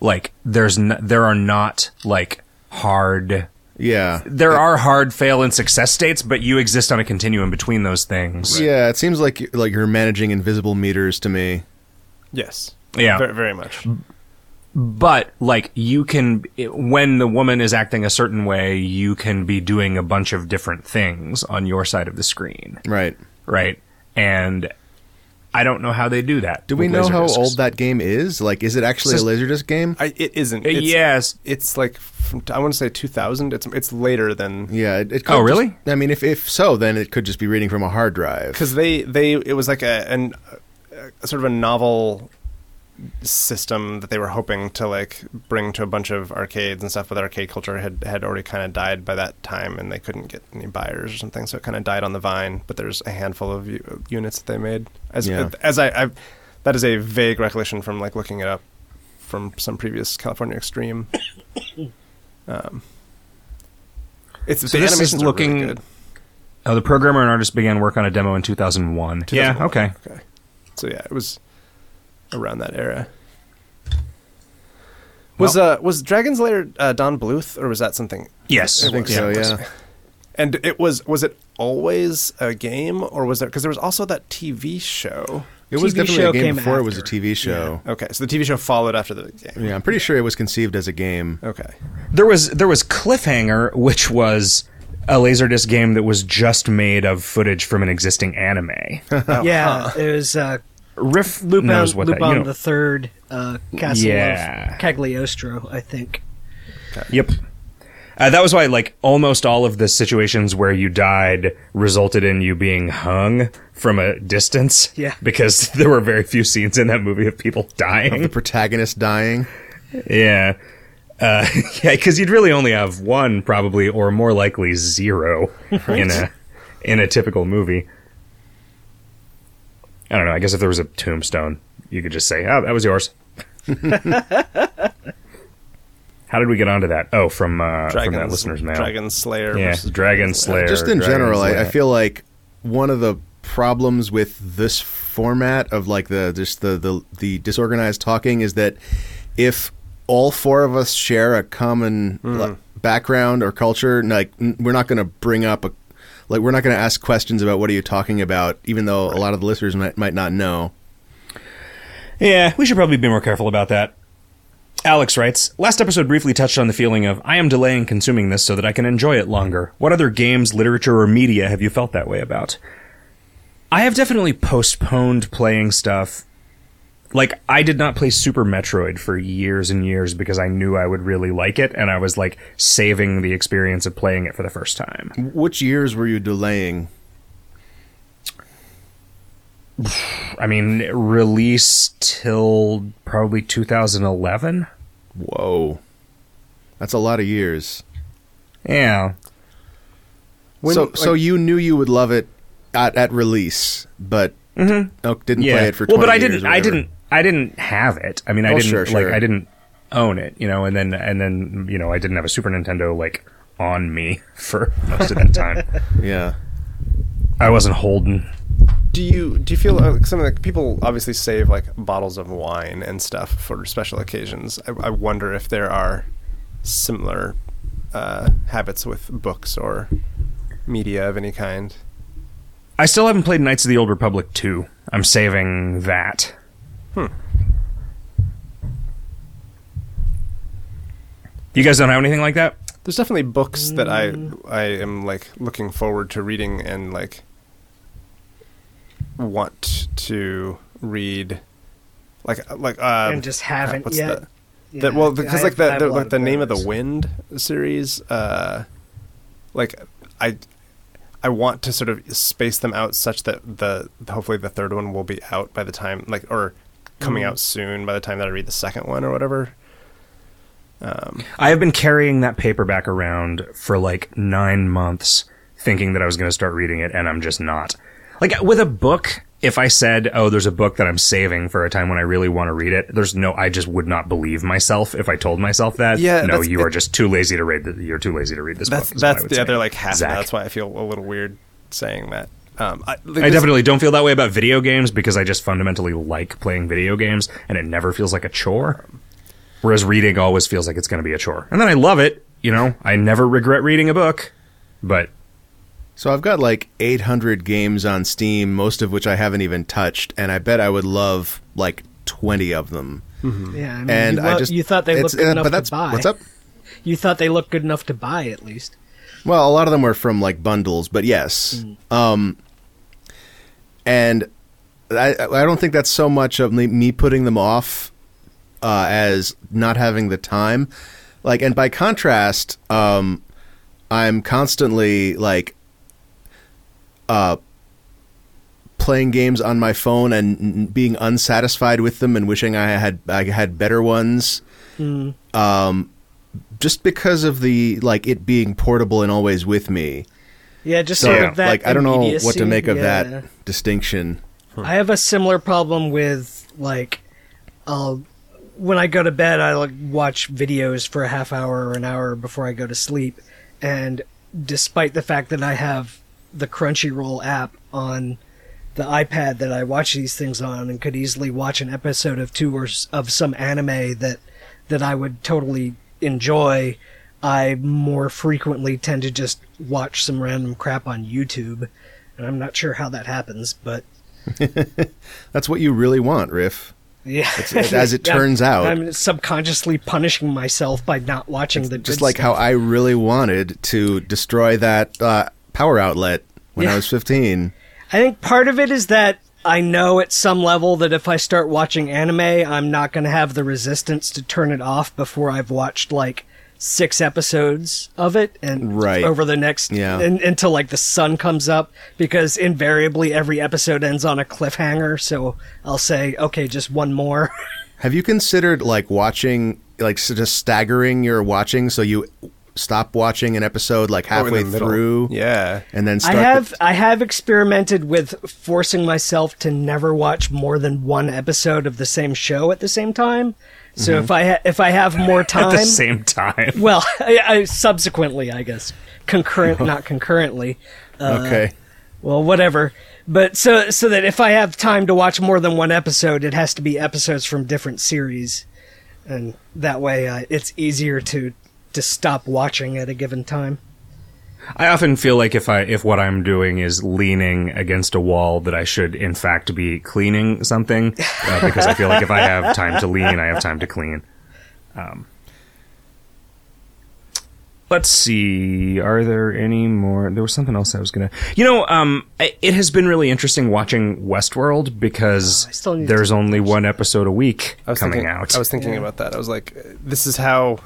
S1: Like there's n- there are not like hard
S3: Yeah.
S1: there are hard fail and success states, but you exist on a continuum between those things.
S3: Yeah. It seems like like you're managing invisible meters to me.
S4: Yes.
S1: Yeah. Mm.
S4: Very, very much.
S1: But like you can, it- when the woman is acting a certain way, you can be doing a bunch of different things on your side of the screen,
S3: Right.
S1: right? And I don't know how they do that.
S3: Do we
S1: with
S3: know how
S1: Laserdiscs.
S3: old that game is? Like, is it actually a
S1: Sus-
S3: laserdisc game?
S4: I, it isn't.
S1: Uh,
S4: It's,
S1: yes,
S4: It's like from, I want to say 2000. It's it's later than
S3: Yeah. It, it could
S1: Oh,
S3: just-
S1: really?
S3: I mean, if if so, then it could just be reading from a hard drive.
S4: because they they it was like a an a sort of a novel system that they were hoping to like bring to a bunch of arcades and stuff but arcade culture had had already kind of died by that time and they couldn't get any buyers or something so it kind of died on the vine but there's a handful of u- units that they made as
S3: Yeah.
S4: as I, I that is a vague recollection from like looking it up from some previous California Extreme um it's
S1: So
S4: the
S1: this is
S4: animations are really
S1: looking-
S4: good.
S1: Oh, the programmer and artist began work on a demo in 2001. Yeah,
S4: 2001.
S1: okay.
S4: Okay. So yeah, it was around that era. Was uh was Dragon's Lair uh, Don Bluth or was that something?
S1: Yes.
S3: I think
S4: Yeah,
S3: so.
S4: it was.
S3: Yeah.
S4: And it was was it always a game or was there because there was also that TV show.
S3: It was
S2: TV
S3: definitely
S2: show
S3: a game
S2: came
S3: before it was a
S2: after.
S3: TV show.
S4: Okay, so the TV show followed after the game.
S3: Yeah, I'm pretty sure it was conceived as a game.
S4: Okay.
S1: there was there was cliffhanger which was a Laserdisc game that was just made of footage from an existing anime.
S2: yeah, it was uh,
S1: Riff
S2: Lupin,
S1: knows what that.
S2: Lupin
S1: You know,
S2: the Third, uh, Castle
S1: Yeah.
S2: of Cagliostro, I think.
S1: Yep. Uh, that was why, like, almost all of the situations where you died resulted in you being hung from a distance.
S2: Yeah.
S1: Because there were very few scenes in that movie of people
S3: The
S1: dying.
S3: protagonist dying.
S1: yeah. Uh, yeah, because you'd really only have one, probably, or more likely zero in a in a typical movie. I don't know. I guess if there was a tombstone, you could just say, "Oh, that was yours." How did we get onto that? Oh, from uh, from that listener's mail.
S4: Dragon Slayer.
S1: Yeah,
S4: versus
S1: Dragon Slayer.
S3: Just in
S1: Dragon
S3: general, I, I
S1: Slayer.
S3: feel like one of the problems with this format of like the just the, the the disorganized talking is that if all four of us share a common like, background or culture, like n- we're not going to bring up a like we're not going to ask questions about what are you talking about, even though a lot of the listeners might might not know.
S1: Yeah, we should probably be more careful about that. Alex writes, last episode briefly touched on the feeling of, I am delaying consuming this so that I can enjoy it longer. What other games, literature, or media have you felt that way about? I have definitely postponed playing stuff. Like, I did not play Super Metroid for years and years because I knew I would really like it, and I was like saving the experience of playing it for the first time.
S3: Which years were you delaying?
S1: I mean, release till probably 2011?
S3: Whoa, that's a lot of years.
S1: Yeah.
S4: When-
S3: so,
S4: like-
S3: so you knew you would love it at, at release, but oh, didn't play it for.
S1: Mm-hmm.
S3: 20
S1: well, but I
S3: years
S1: didn't.
S3: or
S1: I
S3: whatever.
S1: didn't. I didn't have it. I mean, I
S3: Oh,
S1: didn't
S3: sure,
S1: like.
S3: sure.
S1: I didn't own it, you know. And then and then you know, I didn't have a Super Nintendo like on me for most of that time.
S3: Yeah,
S1: I wasn't holding.
S4: Do you do you feel like some of the people obviously save like bottles of wine and stuff for special occasions? I, I wonder if there are similar uh, habits with books or media of any kind.
S1: I still haven't played Knights of the Old Republic two. I'm saving that.
S3: Hmm.
S1: You guys don't have anything like that?
S4: There's definitely books that I
S2: Mm.
S4: I am like looking forward to reading and like want to read, like like
S3: Um,
S4: uh,
S2: And just haven't
S4: what's
S2: yet.
S4: that?
S2: Yeah,
S4: that well
S2: I
S4: because
S2: have-
S4: like
S2: I
S4: the,
S2: have
S4: the
S2: a lot
S4: like the name of the
S2: those.
S4: wind series uh like i i want to sort of space them out such that the hopefully the third one will be out by the time like or coming
S2: Mm.
S4: out soon by the time that i read the second one or whatever
S1: I have been carrying that paperback around for like nine months, thinking that I was going to start reading it, and I'm just not. Like with a book, if I said, "Oh, there's a book that I'm saving for a time when I really want to read it," there's no, I just would not believe myself if I told myself that.
S4: Yeah,
S1: no,
S4: that's-
S1: you
S4: it-
S1: are just too lazy to read. The, you're too lazy to read this
S4: that's
S1: book. is what I
S4: that's
S1: would
S4: the
S1: say.
S4: other like half of
S1: Zach.
S4: that. that's why i feel a little weird saying that um i, like,
S1: I
S4: this-
S1: definitely don't feel that way about video games because I just fundamentally like playing video games and it never feels like a chore. Whereas reading always feels like it's going to be a chore. And then I love it, you know, I never regret reading a book, but
S3: So I've got like 800 games on Steam, most of which I haven't even touched, and I bet I would love like 20 of them.
S2: Yeah, I mean,
S3: And
S2: Mm-hmm. you,
S3: I
S2: lo-
S3: just
S2: you thought they
S3: it's-
S2: looked good
S3: uh,
S2: enough
S3: but that's
S2: to buy.
S3: what's up.
S2: You thought they looked good enough to buy, at least.
S3: Well, a lot of them were from like bundles, but yes. Um, and I, I don't think that's so much of me- me putting them off uh, as not having the time. Like, and by contrast, um, I'm constantly like uh, playing games on my phone and n- being unsatisfied with them and wishing I had I had better ones just because of the like it being portable and always with me.
S2: Yeah, just
S3: So
S2: sort of that.
S3: like I don't know what
S2: immediacy.
S3: to make of
S2: Yeah.
S3: that distinction.
S2: I have a similar problem with like, I'll when I go to bed, I like watch videos for a half hour or an hour before I go to sleep, and despite the fact that I have the Crunchyroll app on the iPad that I watch these things on and could easily watch an episode of two or s- of some anime that that I would totally enjoy, I more frequently tend to just watch some random crap on YouTube, and I'm not sure how that happens, but
S3: That's what you really want, Riff.
S2: Yeah.
S3: as it turns out.
S2: I'm subconsciously punishing myself by not watching the
S3: Just
S2: good
S3: like how
S2: stuff.
S3: I really wanted to destroy that uh, power outlet when I
S2: Yeah.
S3: was 15.
S2: I think part of it is that I know at some level that if I start watching anime, I'm not going to have the resistance to turn it off before I've watched like six episodes of it and
S3: Right.
S2: over the next
S3: Yeah.
S2: un- until like the sun comes up because invariably every episode ends on a cliffhanger so I'll say okay just one more
S3: Have you considered like watching, like s- just staggering your watching so you stop watching an episode like
S4: Or in the
S3: halfway
S4: middle.
S3: through?
S4: Yeah.
S3: And then
S2: I
S3: start. the-
S2: have I have experimented with forcing myself to never watch more than one episode of the same show at the same time. So if I ha- if I have more
S1: Mm-hmm. at the
S2: time,
S1: same time.
S2: well, I, I, subsequently, I guess, concurrent, not concurrently. Uh,
S3: okay.
S2: Well, whatever. But so so that if I have time to watch more than one episode, it has to be episodes from different series, and that way uh, it's easier to to stop watching at a given time.
S1: I often feel like if I if what I'm doing is leaning against a wall, that I should in fact be cleaning something uh, because I feel like if I have time to lean, I have time to clean. Um, let's see. Are there any more? There was something else I was gonna. You know, um, I- it has been really interesting watching Westworld
S2: Oh, I
S1: because
S2: still need to
S1: there's only one episode a week coming
S4: thinking,
S1: out.
S4: I was thinking about that. I was like, this is how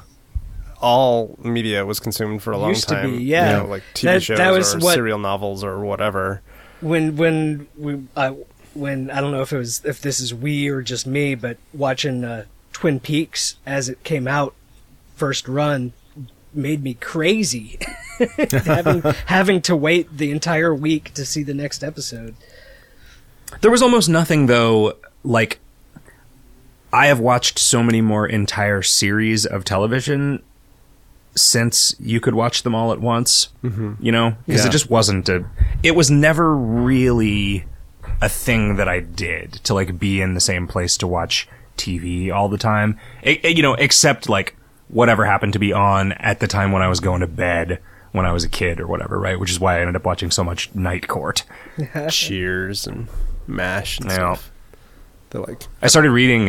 S4: all media was consumed for a long
S2: Used to be,
S4: time.
S2: yeah.
S4: You know, like TV
S2: That-
S4: shows
S2: that was
S4: or
S2: what-
S4: serial novels or whatever.
S2: when when we uh, when I don't know if it was if this is we or just me, but watching uh, Twin Peaks as it came out first run made me crazy having having to wait the entire week to see the next episode.
S1: There was almost nothing though. Like I have watched so many more entire series of television since you could watch them all at once. Mm-hmm. You know, because
S4: Yeah.
S1: it just wasn't a. It was never really a thing that I did to like be in the same place to watch TV all the time. It, it- you know, except like whatever happened to be on at the time when I was going to bed when I was a kid or whatever, right? Which is why I ended up watching so much Night Court.
S4: Cheers and MASH and
S1: Yeah.
S4: stuff. They're like,
S1: I started reading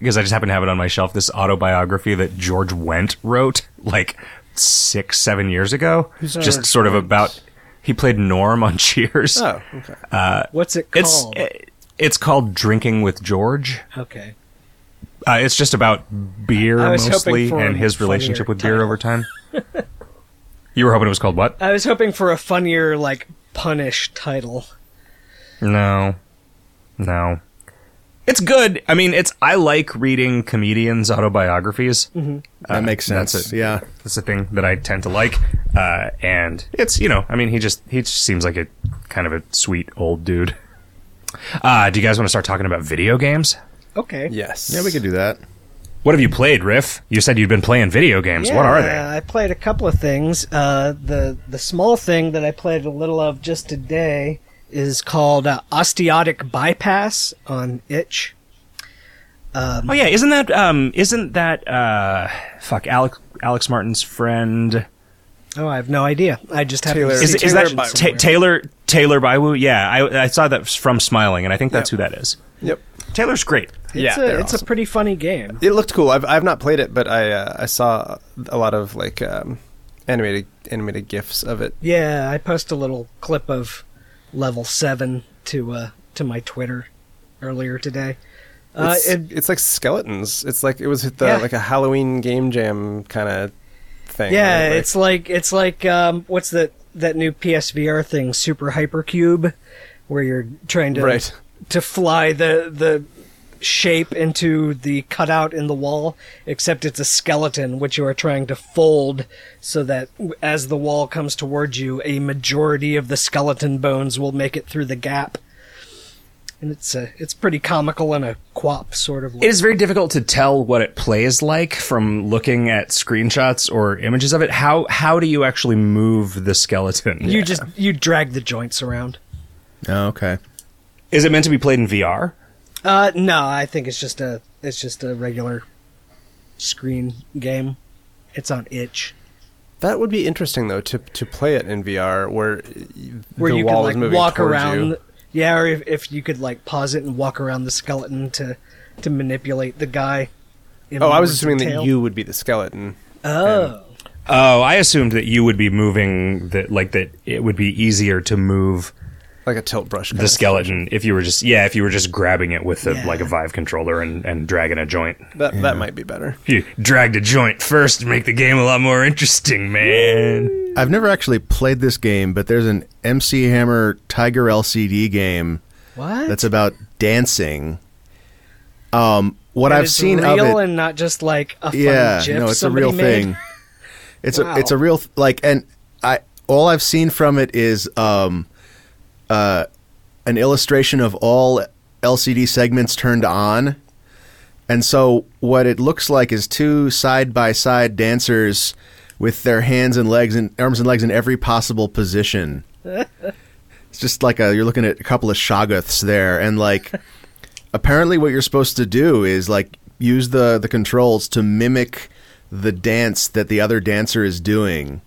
S1: because I just happen to have it on my shelf. This autobiography that George Wendt wrote like six, seven years ago. just
S4: George
S1: sort of
S4: Wendt?
S1: about he played Norm on Cheers.
S4: oh, okay.
S2: What's it
S1: it's
S2: called?
S1: it, it's called Drinking with George.
S2: okay.
S1: Uh, it's just about beer
S2: I was
S1: mostly
S2: hoping for
S1: and
S2: a
S1: his relationship
S2: funnier
S1: with beer
S2: title.
S1: over time. you were hoping it was called what?
S2: I was hoping for a funnier like punish title.
S1: No, no. It's good. I mean, it's I like reading comedians' autobiographies.
S2: uh,
S3: That makes sense.
S1: that's it.
S3: Yeah.
S1: That's a thing that I tend to like. Uh, and it's, you know, I mean, he just, he just seems like a kind of a sweet old dude. Uh, do you guys want to start talking about video games?
S2: Okay.
S4: Yes.
S3: Yeah, we could do that.
S1: What have you played, Riff? You said you've been playing video games. what are they?
S2: uh, I played a couple of things. Uh, the the small thing that I played a little of just today is called uh, osteotic bypass on itch.
S1: Oh yeah, isn't that, um, isn't that, uh, fuck, Alex, Alex Martin's friend?
S2: Oh, I have no idea. I just have
S4: Taylor-
S2: to
S1: Is,
S4: it-
S1: is
S4: Taylor
S1: that
S4: Baiwu.
S1: Ta- Taylor, Taylor Baiwu? Yeah, I, I saw that from Smiling, and I think that's who that is.
S4: Yep.
S1: Taylor's great.
S2: it's
S4: yeah,
S2: a,
S4: they're
S2: it's a
S4: awesome.
S2: pretty funny game.
S4: It looked cool. I've I've not played it, but I uh, I saw a lot of like um, animated animated gifs of it.
S2: Yeah, I post a little clip of level seven to uh, to my Twitter earlier today. Uh,
S4: It's,
S2: it,
S4: it's like skeletons. It's like it was the
S2: Yeah.
S4: like a Halloween game jam kind of thing.
S2: yeah,
S4: right? Like,
S2: it's like it's like um, what's that that new PSVR thing, Super Hypercube, where you're trying to
S4: Right.
S2: to fly the the shape into the cutout in the wall, except it's a skeleton which you are trying to fold so that w- as the wall comes towards you, a majority of the skeleton bones will make it through the gap. And it's a, it's pretty comical in a quap sort of way.
S1: It is very difficult to tell what it plays like from looking at screenshots or images of it. How how do you actually move the skeleton?
S2: you just you drag the joints around.
S3: Oh, okay.
S1: is it meant to be played in VR?
S2: Uh, no, I think it's just a it's just a regular screen game. It's on itch
S4: that would be interesting though to to play it in VR where
S2: where
S4: the
S2: you
S4: wall
S2: could
S4: is
S2: like
S4: moving
S2: walk
S4: towards
S2: around.
S4: you.
S2: Yeah, or if, if you could like pause it and walk around the skeleton to to manipulate the guy. in
S4: Oh, I was
S2: Lawrence's
S4: assuming that
S2: tale.
S4: you would be the skeleton.
S2: Oh,
S1: Oh, I assumed that you would be moving that, like that. It would be easier to move
S4: Like a tilt brush.
S1: the skeleton if you were just yeah, if you were just grabbing it with a,
S2: Yeah.
S1: like a Vive controller and and dragging a joint.
S4: That, that might be better.
S1: If you dragged a joint first to make the game a lot more interesting, man.
S3: I've never actually played this game, but there's an MC Hammer Tiger LCD game
S2: what?
S3: that's about dancing. Um, what
S2: And
S3: I've
S2: it's
S3: seen
S2: real
S3: of it,
S2: and not just like a funny
S3: yeah,
S2: gif
S3: no, it's a
S2: somebody
S3: real
S2: made.
S3: thing. It's
S2: Wow.
S3: a it's a real th- like, and I all I've seen from it is um, uh, an illustration of all LCD segments turned on, and so what it looks like is two side by side dancers with their hands and legs and arms and legs in every possible position. it's just like a, you're looking at a couple of shoggoths there, and like apparently what you're supposed to do is like use the the controls to mimic the dance that the other dancer is doing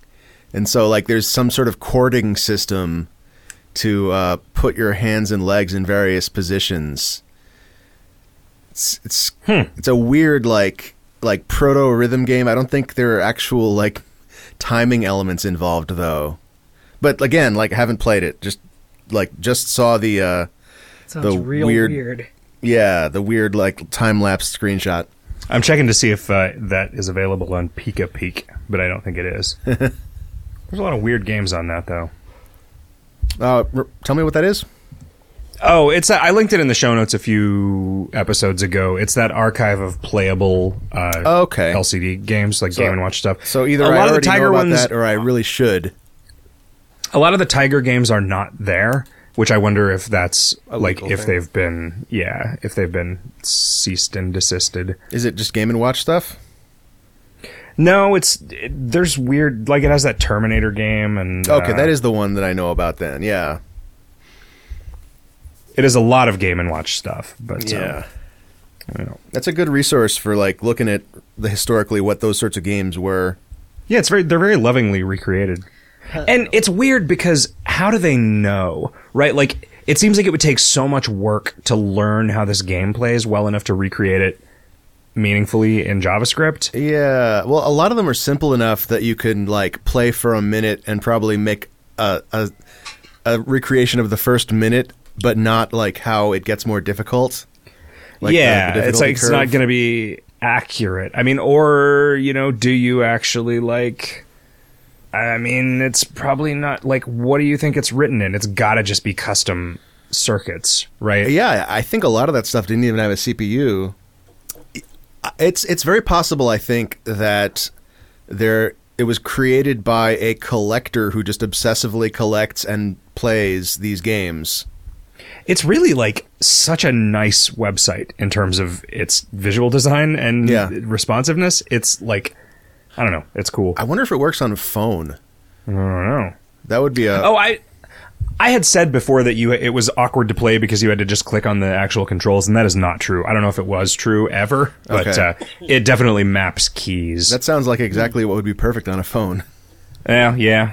S3: and so like there's some sort of courting system to uh, put your hands and legs in various positions it's it's, it's a weird like like proto rhythm game i don't think there are actual like timing elements involved though but again like i haven't played it just like just saw the uh
S2: Sounds
S3: The
S2: real
S3: weird-
S2: weird.
S3: yeah, the weird like time lapse screenshot.
S1: I'm checking to see if uh, that is available on Pika Peak, but I don't think it is. There's a lot of weird games on that though.
S3: Uh, r- tell me what that is.
S1: Oh, it's I linked it in the show notes a few episodes ago. It's that archive of playable uh,
S3: Okay.
S1: LCD games like Game and Watch stuff.
S3: So either
S1: a
S3: I
S1: lot
S3: already
S1: of the Tiger
S3: know about
S1: ones,
S3: that, or I really should.
S1: a lot of the Tiger games are not there, which I wonder if that's
S4: A
S1: like
S4: legal
S1: if
S4: thing.
S1: they've been yeah if they've been ceased and desisted.
S3: Is it just Game and Watch stuff?
S1: No, it's it, there's weird like it has that Terminator game and
S3: Okay,
S1: uh,
S3: that is the one that I know about. Then, yeah,
S1: it is a lot of Game and Watch stuff, but um, I don't know.
S3: that's a good resource for like looking at the historically what those sorts of games were.
S1: Yeah, it's very they're very lovingly recreated. And it's weird because how do they know? Right? Like it seems like it would take so much work to learn how this game plays well enough to recreate it meaningfully in JavaScript.
S3: Yeah, well, a lot of them are simple enough that you can like play for a minute and probably make a a, a recreation of the first minute, but not like how it gets more difficult. Like the-
S1: yeah,
S3: the
S1: it's
S3: difficulty
S1: like it's not
S3: curve.
S1: going to be accurate. I mean, or, you know, do you actually like I mean, it's probably not like what do you think it's written in? It's got to just be custom circuits, right?
S3: Yeah, I think a lot of that stuff didn't even have a CPU. It's it's very possible, I think, that there it was created by a collector who just obsessively collects and plays these games.
S1: it's really like such a nice website in terms of its visual design and
S3: Yeah.
S1: responsiveness. It's like I don't know, it's cool.
S3: I wonder if it works on a phone.
S1: I don't know.
S3: That would be a
S1: Oh, I I had said before that you it was awkward to play because you had to just click on the actual controls, and that is not true. I don't know if it was true ever, but
S3: Okay.
S1: uh, it definitely maps keys.
S3: that sounds like exactly what would be perfect on a phone.
S1: yeah, yeah.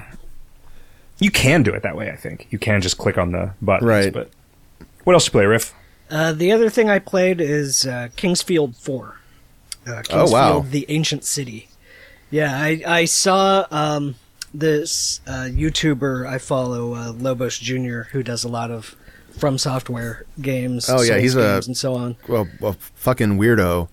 S1: You can do it that way. I think you can just click on the buttons.
S3: Right.
S1: But what else you play, Riff?
S2: Uh, the other thing I played is uh, Kingsfield 4. Uh, Kingsfield,
S3: Oh, wow.
S2: The Ancient City. Yeah, I, I saw um, this uh, YouTuber I follow, uh, Lobos Jr., who does a lot of From Software games.
S3: Oh, yeah,
S2: Souls
S3: he's a-
S2: games And so on.
S3: Well, a fucking weirdo.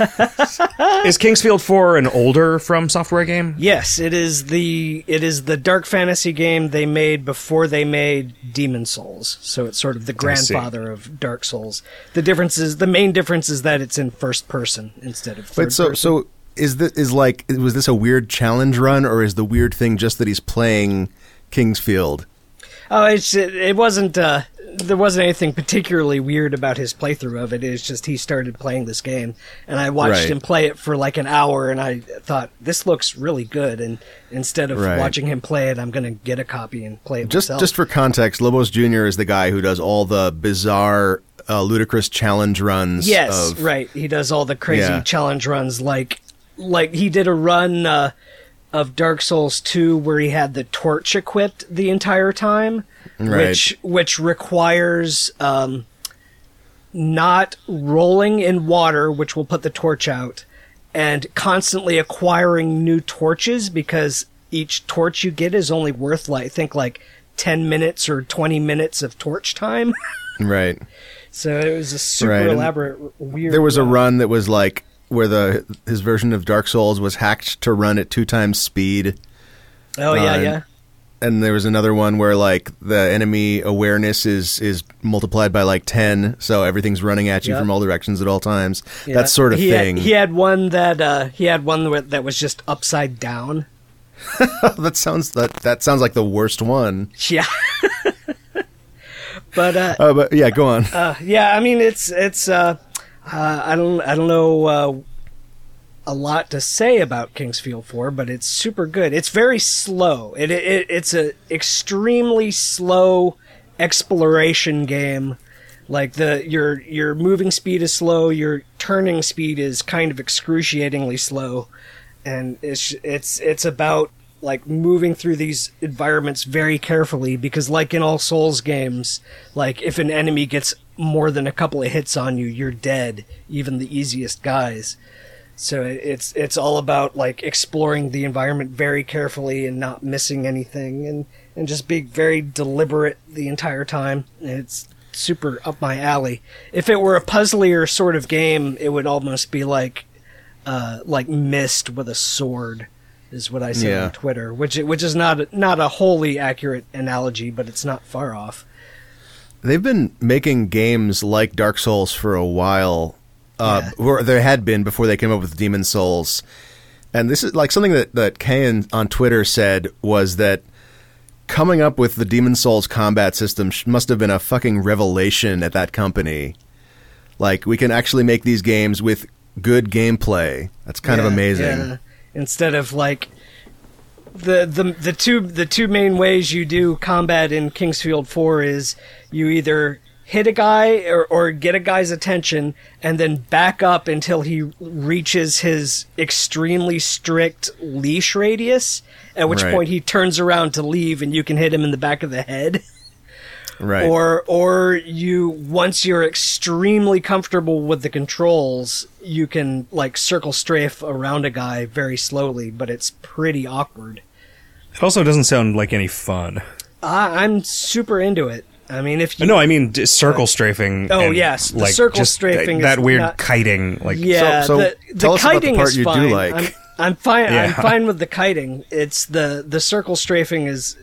S1: Is Kingsfield Four an older From Software game?
S2: Yes, it is the it is the dark fantasy game they made before they made Demon Souls. So it's sort of the
S1: see.
S2: grandfather of Dark Souls. The difference is the main difference is that it's in first person instead of third
S3: Wait, so
S2: person.
S3: so is this is like was this a weird challenge run or is the weird thing just that he's playing Kingsfield?
S2: Oh, it's it, it wasn't. Uh, there wasn't anything particularly weird about his playthrough of it. It's just he started playing this game, and I watched
S3: Right.
S2: him play it for like an hour, and I thought this looks really good. And instead of
S3: Right.
S2: watching him play it, I'm going to get a copy and play it
S3: Just
S2: myself.
S3: just for context, Lobos Jr. is the guy who does all the bizarre, uh, ludicrous challenge runs.
S2: Yes,
S3: of-
S2: right. He does all the crazy
S3: Yeah.
S2: challenge runs, like like he did a run uh, of Dark Souls two where he had the torch equipped the entire time,
S3: Right.
S2: which which requires um, not rolling in water, which will put the torch out, and constantly acquiring new torches because each torch you get is only worth like I think like ten minutes or twenty minutes of torch time.
S3: Right.
S2: so it was a super
S3: Right, and
S2: elaborate, r- weird.
S3: There was a
S2: uh,
S3: run that was like where the his version of Dark Souls was hacked to run at two times speed.
S2: Oh yeah,
S3: uh,
S2: yeah.
S3: and there was another one where like the enemy awareness is is multiplied by like 10 so everything's running at you
S2: Yep.
S3: from all directions at all times
S2: Yeah.
S3: that sort of
S2: he
S3: thing
S2: Had, he had one that uh, he had one where- that was just upside down.
S3: that sounds that that sounds like the worst one
S2: Yeah. but uh,
S3: uh, but yeah go on
S2: uh, yeah, I mean it's it's uh, uh, I don't I don't know uh, a lot to say about Kingsfield 4, but it's super good. It's very slow. It, it it's a extremely slow exploration game. Like the your your moving speed is slow, your turning speed is kind of excruciatingly slow, and it's it's it's about like moving through these environments very carefully because like in all souls games like if an enemy gets more than a couple of hits on you you're dead even the easiest guys so it- it's it's all about like exploring the environment very carefully and not missing anything and and just being very deliberate the entire time. It's super up my alley. If it were a puzzlier sort of game, it would almost be like uh like missed with a sword is what I said
S3: Yeah.
S2: on Twitter, which which is not not a wholly accurate analogy, but it's not far off.
S3: They've been making games like Dark Souls for a while, uh, or there had been before they came up with Demon Souls. And this is like something that that Kayan on Twitter said was that coming up with the Demon Souls combat system sh- must have been a fucking revelation at that company. Like we can actually make these games with good gameplay. That's kind of
S2: Yeah,
S3: amazing.
S2: yeah. Instead of like the, the the two the two main ways you do combat in Kingsfield 4 is you either hit a guy or, or get a guy's attention and then back up until he reaches his extremely strict leash radius at which
S3: Right.
S2: point he turns around to leave and you can hit him in the back of the head
S3: Right.
S2: or or you once you're extremely comfortable with the controls you can like circle strafe around a guy very slowly but it's pretty awkward
S1: It also doesn't sound like any fun.
S2: I, i'm super into it i mean if you
S1: No, I mean d- circle strafing.
S2: Oh,
S1: and, uh,
S2: yes, the circle strafing is
S1: That, that weird
S2: not-
S1: kiting, like
S2: yeah
S3: So- so
S2: the, the
S3: tell us about the
S2: kiting
S3: part
S2: is
S3: you do
S2: fine
S3: like.
S2: i'm, I'm fine i'm
S1: Yeah.
S2: fine with the kiting it's the the circle strafing is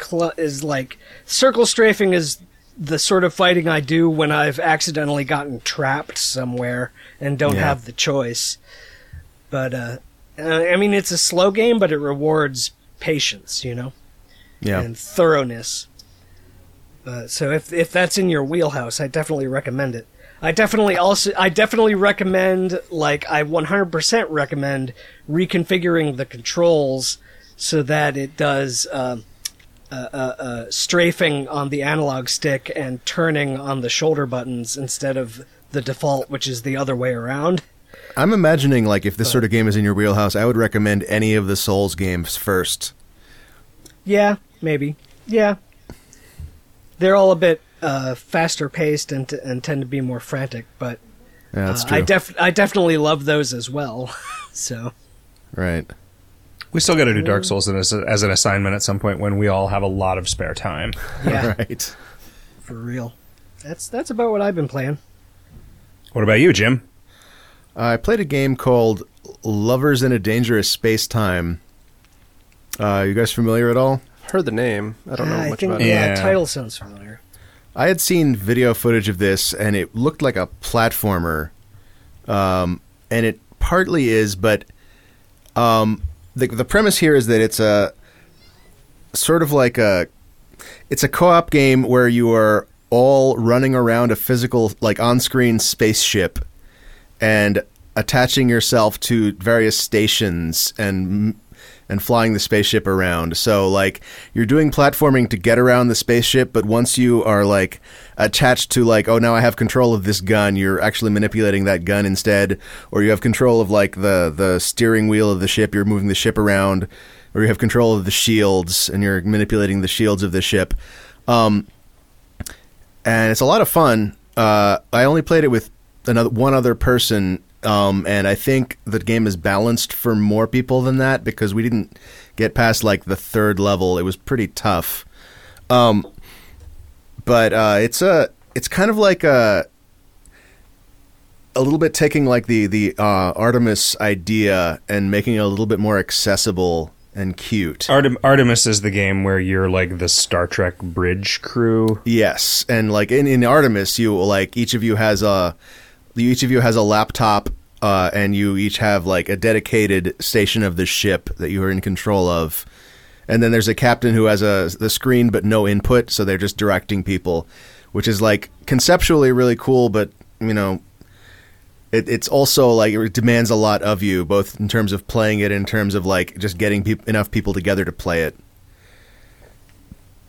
S2: cl- is like circle strafing is the sort of fighting I do when I've accidentally gotten trapped somewhere and don't
S3: Yeah.
S2: have the choice. But uh, I I mean, it's a slow game, but it rewards patience, you know,
S3: yeah.
S2: and thoroughness. Uh, so if if that's in your wheelhouse, I definitely recommend it. I definitely also I definitely recommend like I 100% recommend reconfiguring the controls so that it does um, uh, strafing on the analog stick and turning on the shoulder buttons instead of the default, which is the other way around.
S3: I'm imagining like if this sort of game is in your wheelhouse, I would recommend any of the Souls games first.
S2: Yeah, maybe. Yeah, they're all a bit uh, faster paced and, t- and tend to be more frantic, but
S3: Yeah, that's
S2: uh,
S3: true.
S2: I def I definitely love those as well. so
S3: right.
S1: we still got to do Dark Souls as, as an assignment at some point when we all have a lot of spare time.
S2: yeah,
S3: Right.
S2: for real. That's that's about what I've been playing.
S1: What about you, Jim?
S3: Uh, I played a game called Lovers in a Dangerous Space Time. Uh, you guys familiar at all?
S4: Heard the name. I don't know
S2: I
S4: much
S2: think
S4: about
S2: the uh,
S4: it.
S1: Yeah.
S2: title sounds familiar.
S3: I had seen video footage of this, and it looked like a platformer, um, and it partly is, but um, the the premise here is that it's a sort of like a it's a co-op game where you are all running around a physical like on-screen spaceship and attaching yourself to various stations and and flying the spaceship around. So like you're doing platforming to get around the spaceship, but once you are like attached to like oh now I have control of this gun, you're actually manipulating that gun instead or you have control of like the the steering wheel of the ship, you're moving the ship around or you have control of the shields and you're manipulating the shields of the ship. Um and it's a lot of fun. uh, I only played it with another one other person, um, and I think the game is balanced for more people than that because we didn't get past like the third level. It was pretty tough, um, but uh, it's a it's kind of like a a little bit taking like the the uh, Artemis idea and making it a little bit more accessible and cute.
S1: Artem- Artemis is the game where you're like the Star Trek bridge crew.
S3: Yes, and like in, in Artemis, you like each of you has a you each of you has a laptop, uh, and you each have like a dedicated station of the ship that you are in control of. And then there's a captain who has a the screen but no input, so they're just directing people, which is like conceptually really cool, but you know, it, it's also like it demands a lot of you, both in terms of playing it, in terms of like just getting peop enough people together to play it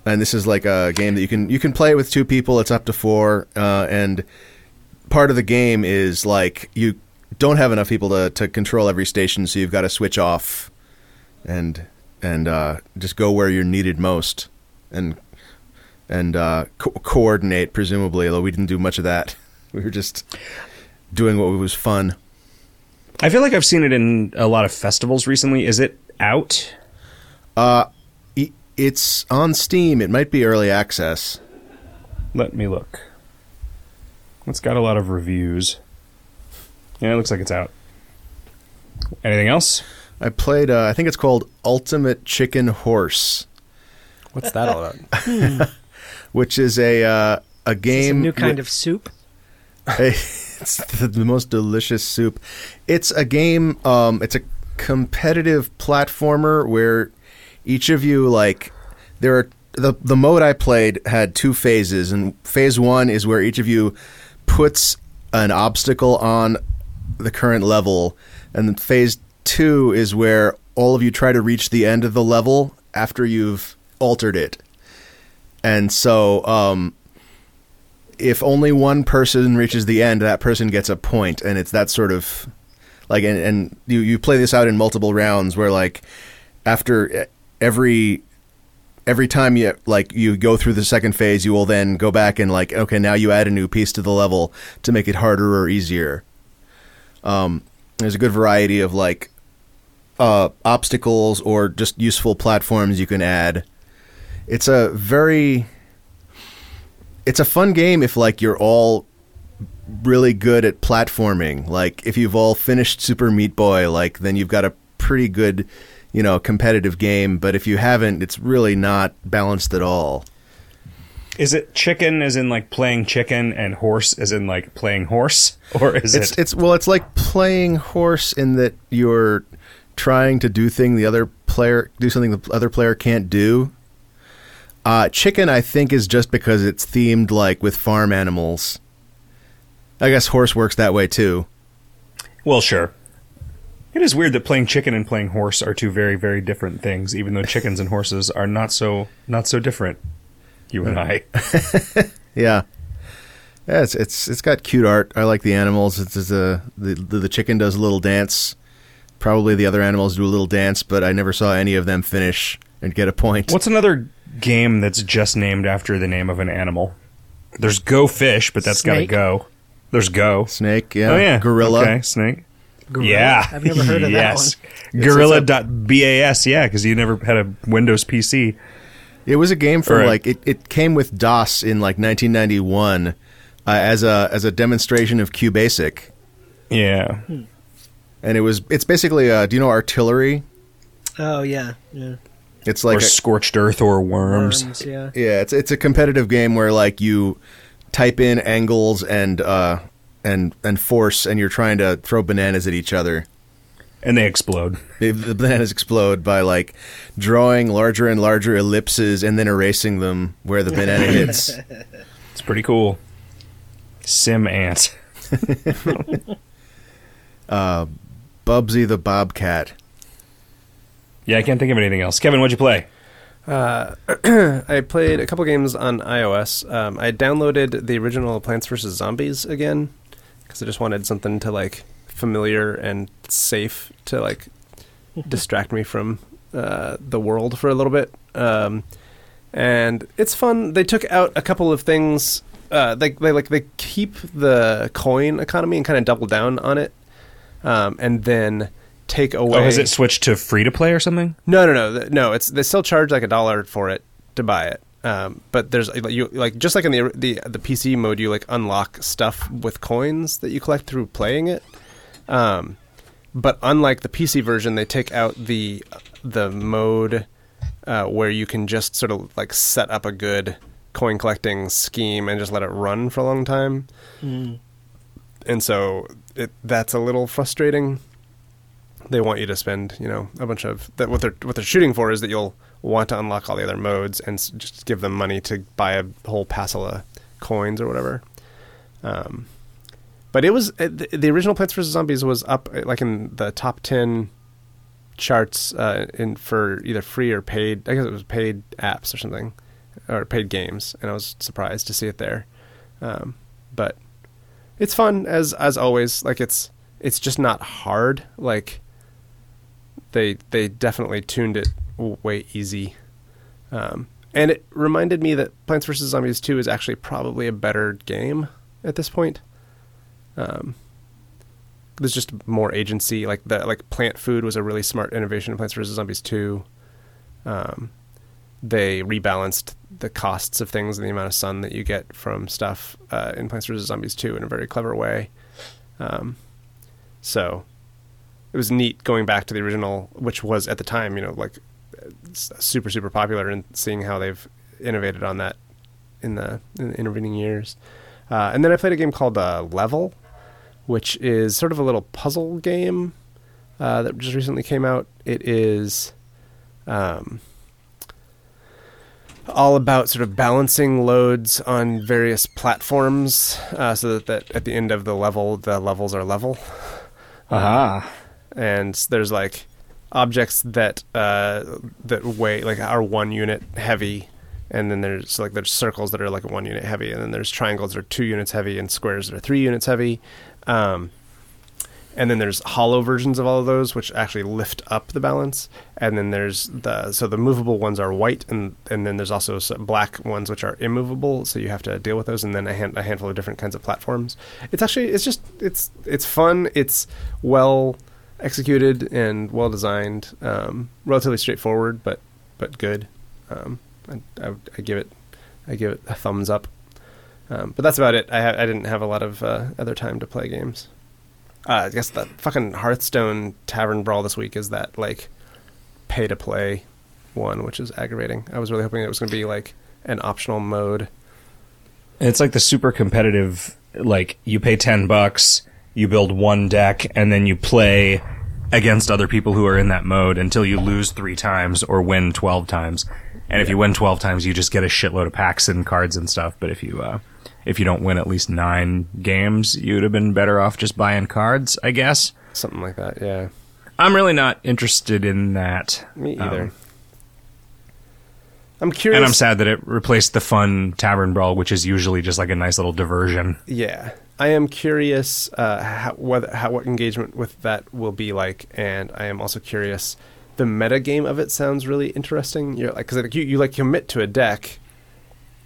S3: and this is like a game that you can you can play it with two people. It's up to four, uh, and part of the game is like you don't have enough people to, to control every station, so you've got to switch off and and uh, just go where you're needed most, and and uh, co- coordinate presumably. Although we didn't do much of that, we were just doing what was fun.
S1: I feel like I've seen it in a lot of festivals recently. Is it out?
S3: I- It's on Steam. It might be early access.
S1: Let me look. It's got a lot of reviews. Yeah, it looks like it's out. Anything else?
S3: I played. Uh, I think it's called Ultimate Chicken Horse.
S4: What's that all about?
S3: which is a uh, a
S2: It's a
S3: game.
S2: new kind of soup.
S3: it's the, the most delicious soup. It's a game. Um, it's a competitive platformer where each of you like there are the the mode I played had two phases, and phase one is where each of you puts an obstacle on the current level, and phase two is where all of you try to reach the end of the level after you've altered it. And so, um, if only one person reaches the end, that person gets a point, and it's that sort of like, and, and you you play this out in multiple rounds where like after every every time you like you go through the second phase, you will then go back and like okay, now you add a new piece to the level to make it harder or easier. Um, there's a good variety of like uh, obstacles or just useful platforms you can add. It's a very it's a fun game if like you're all really good at platforming. Like if you've all finished Super Meat Boy, like then you've got a pretty good, you know, competitive game. But if you haven't, it's really not balanced at all.
S1: Is it chicken as in like playing chicken and horse as in like playing horse? Or is
S3: It's
S1: it
S3: it's well, it's like playing horse in that you're trying to do thing the other player do something the other player can't do. Uh, chicken, I think, is just because it's themed like with farm animals. I guess horse works that way too.
S1: Well, sure. It is weird that playing chicken and playing horse are two very, very different things, even though chickens and horses are not so not so different. You and I.
S3: Yeah. Yeah, it's it's it's got cute art. I like the animals. It's, it's a the the chicken does a little dance. Probably the other animals do a little dance, but I never saw any of them finish and get a point.
S1: What's another game that's just named after the name of an animal? There's Go Fish, but that's got to
S2: Snake.
S1: go. There's Go.
S3: Snake, yeah,
S1: Oh yeah,
S3: gorilla.
S1: Okay, snake.
S2: Gorilla?
S1: Yeah,
S2: I've never heard of that
S1: yes.
S2: one.
S1: Gorilla.bas, yeah, because you never had a Windows PC.
S3: It was a game from
S1: Alright.
S3: like it, it came with DOS in like 1991 uh, as a as a demonstration of QBasic,
S1: Yeah,
S3: and it was it's basically uh, do you know artillery?
S2: Oh yeah, yeah.
S3: It's
S1: or
S3: like a-
S1: scorched earth or worms.
S2: Worms, yeah.
S3: Yeah, it's it's a competitive game where like you type in angles and uh and and force, and you're trying to throw bananas at each other.
S1: and they explode.
S3: The- The bananas explode by like drawing larger and larger ellipses and then erasing them where the banana hits.
S1: It's pretty cool. Sim ant.
S3: Bubsy the Bobcat.
S1: Yeah, I can't think of anything else. Kevin, what'd you play?
S4: Uh, I played a couple games on iOS. Um, I downloaded the original Plants vs Zombies again because I just wanted something to like familiar and safe to like distract me from uh, the world for a little bit. Um, and it's fun. They took out a couple of things uh, they, they like they keep the coin economy and kind of double down on it, um, and then take away.
S1: Oh, has it switched to free to play or something?
S4: No, no, no, th- no. It's they still charge like a dollar for it to buy it. Um, but there's like, you like just like in the the the PC mode, you like unlock stuff with coins that you collect through playing it. Um, but unlike the PC version, they take out the the mode uh, where you can just sort of like set up a good coin collecting scheme and just let it run for a long time. And so it, that's a little frustrating they want you to spend you know a bunch of that what they're what they're shooting for is that you'll want to unlock all the other modes and s- just give them money to buy a whole passel of coins or whatever um, but it was uh, the, the original plants vs zombies was up uh, like in the top 10 charts uh, in for either free or paid i guess it was paid apps or something or paid games and i was surprised to see it there um, but it's fun as as always like it's it's just not hard like they they definitely tuned it w- way easy. Um, and it reminded me that Plants vs Zombies 2 is actually probably a better game at this point. Um, there's just more agency. Like the like plant food was a really smart innovation in Plants vs Zombies 2. Um, they rebalanced the costs of things and the amount of sun that you get from stuff uh, in Plants vs Zombies 2 in a very clever way. Um, so it was neat going back to the original, which was at the time, you know, like s- super super popular, and seeing how they've innovated on that in the, in the intervening years. Uh, and then I played a game called uh, Level, which is sort of a little puzzle game uh, that just recently came out. It is um, all about sort of balancing loads on various platforms, uh, so that, that at the end of the level, the levels are level
S1: Ah,
S4: and there's like objects that uh, that weigh like are one unit heavy, and then there's like there's circles that are like one unit heavy, and then there's triangles that are two units heavy, and squares that are three units heavy, um, and then there's hollow versions of all of those which actually lift up the balance, and then there's the so the movable ones are white, and and then there's also some black ones which are immovable, so you have to deal with those, and then a, hand, a handful of different kinds of platforms. It's actually it's just it's it's fun, it's well executed and well designed, um, relatively straightforward, but but good. Um, I, I, I give it I give it a thumbs up. Um, but that's about it. I ha- I didn't have a lot of uh, other time to play games. Uh, I guess the fucking Hearthstone Tavern Brawl this week is that like pay to play one, which is aggravating. I was really hoping it was going to be like an optional mode.
S1: It's like the super competitive, like you pay 10 bucks, you build one deck, and then you play against other people who are in that mode until you lose three times or win 12 times. And if you win 12 times, you just get a shitload of packs and cards and stuff. But if you, uh, if you don't win at least nine games, you'd have been better off just buying cards, I guess.
S4: Something like that, yeah.
S1: I'm really not interested in that.
S4: Me
S1: Um,
S4: either. I'm curious.
S1: and I'm sad that it replaced the fun tavern brawl, which is usually just like a nice little diversion.
S4: Yeah, I am curious uh, how, whether how what engagement with that will be like, and I am also curious. The meta game of it sounds really interesting. You're like, because like, you you like commit to a deck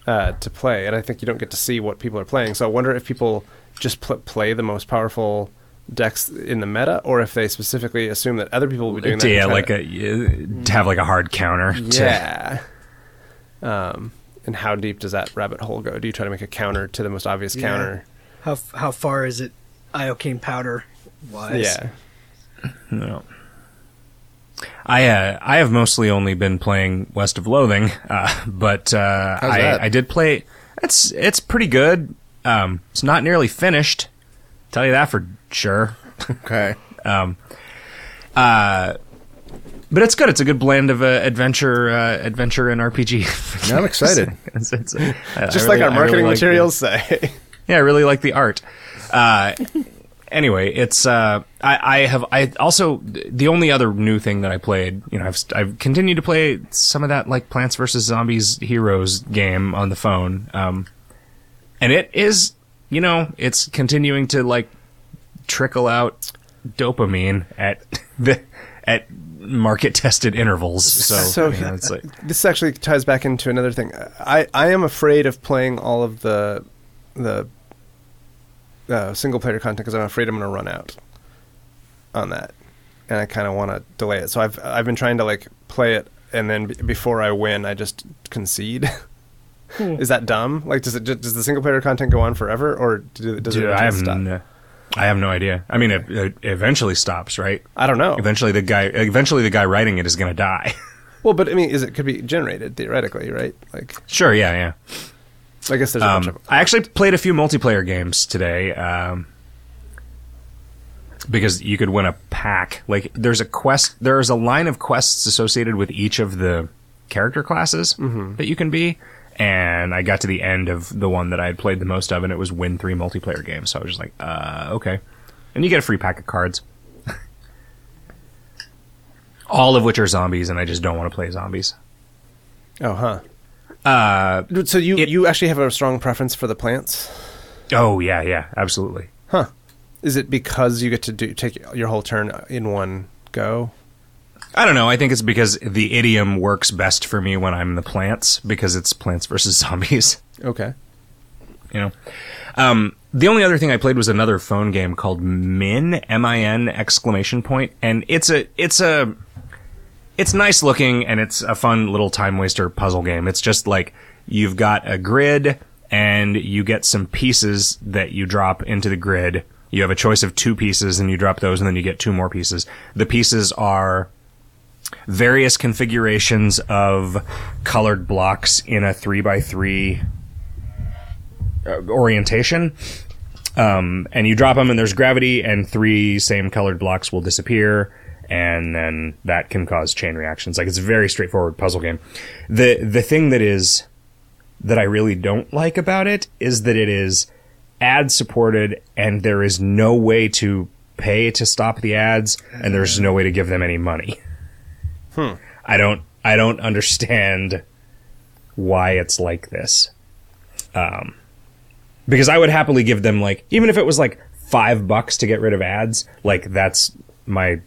S4: uh, to play, and I think you don't get to see what people are playing. So I wonder if people just pl- play the most powerful decks in the meta, or if they specifically assume that other people will be doing that. and
S1: yeah,
S4: try
S1: like
S4: to-
S1: a yeah, to have like a hard counter. to-
S4: yeah. Um, and how deep does that rabbit hole go? Do you try to make a counter to the most obvious
S2: Yeah.
S4: counter?
S2: How f- how far is it? Iocane powder wise.
S4: Yeah.
S1: No. I uh, I have mostly only been playing West of Loathing, uh, but uh,
S3: How's
S1: I
S3: that?
S1: I did play. It's it's pretty good. Um, it's not nearly finished. Tell you that for sure.
S3: Okay.
S1: But it's good. It's a good blend of uh, adventure, uh, adventure and RPG.
S3: Now I'm excited.
S1: It's- it's- I- I
S4: just
S1: really-
S4: like our
S1: I really
S4: marketing
S1: like the-
S4: materials say.
S1: Yeah, I really like the art. Uh, anyway, it's uh, I, I have I also the only other new thing that I played. You know, I've I've continued to play some of that like Plants vs Zombies Heroes game on the phone, um, and it is you know it's continuing to like trickle out dopamine at the at market tested intervals. So,
S4: So-
S1: you know, it's like
S4: this actually ties back into another thing. I, I am afraid of playing all of the the uh, single player content because I'm afraid I'm going to run out on that, and I kind of want to delay it. So I've I've been trying to like play it, and then b- before I win, I just concede. Is that dumb? Like, does it does the single player content go on forever, or do, does it
S1: Dude, I
S4: eventually
S1: have
S4: stop?
S1: n- I have no idea. I mean, it, it eventually stops, right?
S4: I don't know.
S1: Eventually, the guy, eventually, the guy writing it is going to die.
S4: Well, but I mean, is it could be generated theoretically, right? Like,
S1: sure, yeah, yeah.
S4: I guess there's a bunch
S1: Um,
S4: of
S1: I actually played a few multiplayer games today um, because you could win a pack. Like, there's a quest, there's a line of quests associated with each of the character classes that you can be. And I got to the end of the one that I had played the most of, and it was win three multiplayer games. So I was just like, uh, okay. And you get a free pack of cards. All of which are zombies, and I just don't want to play zombies.
S4: oh, huh. Uh, so you you actually have a strong preference for the plants?
S1: Oh, yeah, yeah, absolutely.
S4: Is it because you get to do take your whole turn in one go?
S1: I don't know. I think it's because the idiom works best for me when I'm the plants because it's plants versus zombies.
S4: Okay.
S1: You know. Um, the only other thing I played was another phone game called Min M I N exclamation point, and it's a it's a it's nice looking and it's a fun little time waster puzzle game. It's just like you've got a grid and you get some pieces that you drop into the grid. You have a choice of two pieces and you drop those and then you get two more pieces. The pieces are various configurations of colored blocks in a three by three uh, orientation. Um, and you drop them, and there's gravity, and three same colored blocks will disappear, and then that can cause chain reactions. Like it's a very straightforward puzzle game. The the thing that is that I really don't like about it is that it is ad supported, and there is no way to pay to stop the ads, and there's no way to give them any money. I don't I don't understand why it's like this. Um, because I would happily give them like even if it was like five bucks to get rid of ads, like that's my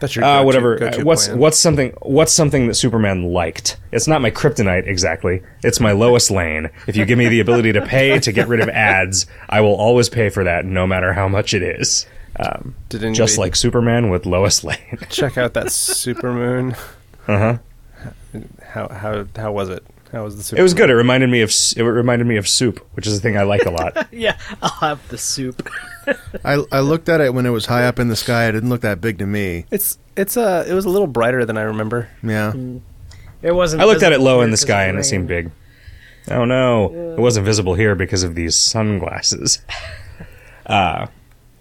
S4: That's your
S1: uh,
S4: go-to-
S1: whatever.
S4: go-to
S1: uh, what's
S4: plan.
S1: what's something what's something that Superman liked? It's not my kryptonite exactly. It's my lowest lane. If you give me the ability to pay to get rid of ads, I will always pay for that, no matter how much it is. Um,
S4: Did anybody
S1: just like Superman with Lois Lane.
S4: check out that supermoon? Uh
S1: Uh-huh.
S4: huh. How how how was it? How was the super?
S1: It was good. It reminded me of s- it reminded me of soup, which is a thing I like a lot.
S2: Yeah, I'll have the soup.
S3: I, I looked at it when it was high up in the sky. It didn't look that big to me.
S4: It's it's uh it was a little brighter than I remember.
S3: Yeah.
S2: It wasn't.
S1: I looked at it
S2: visible
S1: low
S2: here
S1: in the
S2: 'cause of
S1: sky and it
S2: rain.
S1: seemed big. Oh no, it wasn't visible here because of these sunglasses. Uh,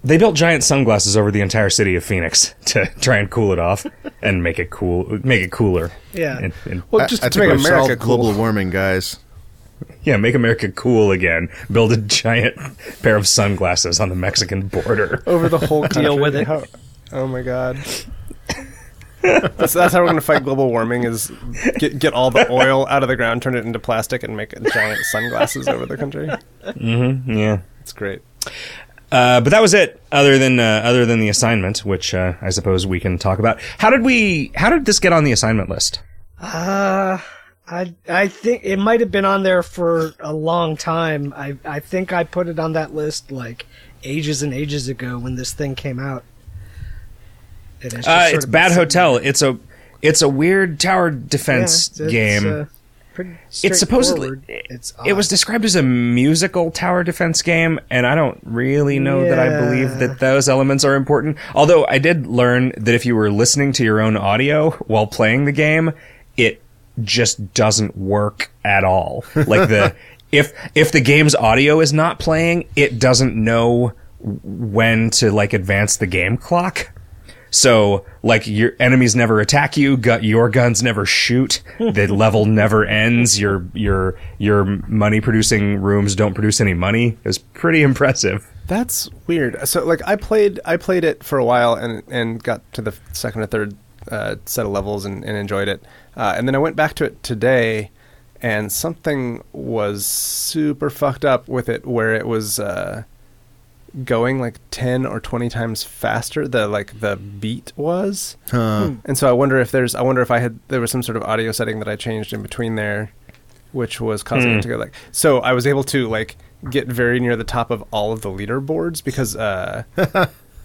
S1: they built giant sunglasses over the entire city of Phoenix to try and cool it off and make it cool, make it cooler.
S2: Yeah.
S1: And- and-
S4: Well,
S3: I-
S4: just
S3: I
S4: to
S3: think
S4: make
S3: we've
S4: America
S3: solved
S4: cool.
S3: global warming, guys.
S1: yeah, make America cool again. Build a giant pair of sunglasses on the Mexican border.
S4: over the whole country.
S2: with it.
S4: How- oh my god. that's, that's how we're going to fight global warming is get, get all the oil out of the ground, turn it into plastic, and make giant sunglasses over the country.
S1: Yeah.
S4: It's great.
S1: Uh, but that was it. Other than uh, other than the assignment, which uh, I suppose we can talk about. How did we? How did this get on the assignment list?
S2: Uh, I I think it might have been on there for a long time. I I think I put it on that list like ages and ages ago when this thing came out. And just
S1: Uh,
S2: sort
S1: it's
S2: of
S1: Bad
S2: been sitting-
S1: Hotel. It's a it's a weird tower defense
S2: Yeah, it's-
S1: game.
S2: uh, pretty
S1: it's supposedly
S2: straightforward.
S1: it's
S2: It's
S1: it was
S2: odd.
S1: described as a musical tower defense game, and I don't really know that I believe
S2: Yeah.
S1: that those elements are important. Although I did learn that if you were listening to your own audio while playing the game, it just doesn't work at all. Like the if if the game's audio is not playing, it doesn't know when to like advance the game clock. So, like, your enemies never attack you. Gu- your guns never shoot. The level never ends. Your your your money producing rooms don't produce any money. It was pretty impressive.
S4: That's weird. So like I played I played it for a while and and got to the second or third uh, set of levels and, and enjoyed it. Uh, and then I went back to it today and something was super fucked up with it where it was uh, going like 10 or 20 times faster the like the beat was. And so I wonder if there's I wonder if I had there was some sort of
S3: Hmm.
S4: audio setting that I changed in between there which was causing it to go like so I was able to like get very near the top of all of the leaderboards because uh,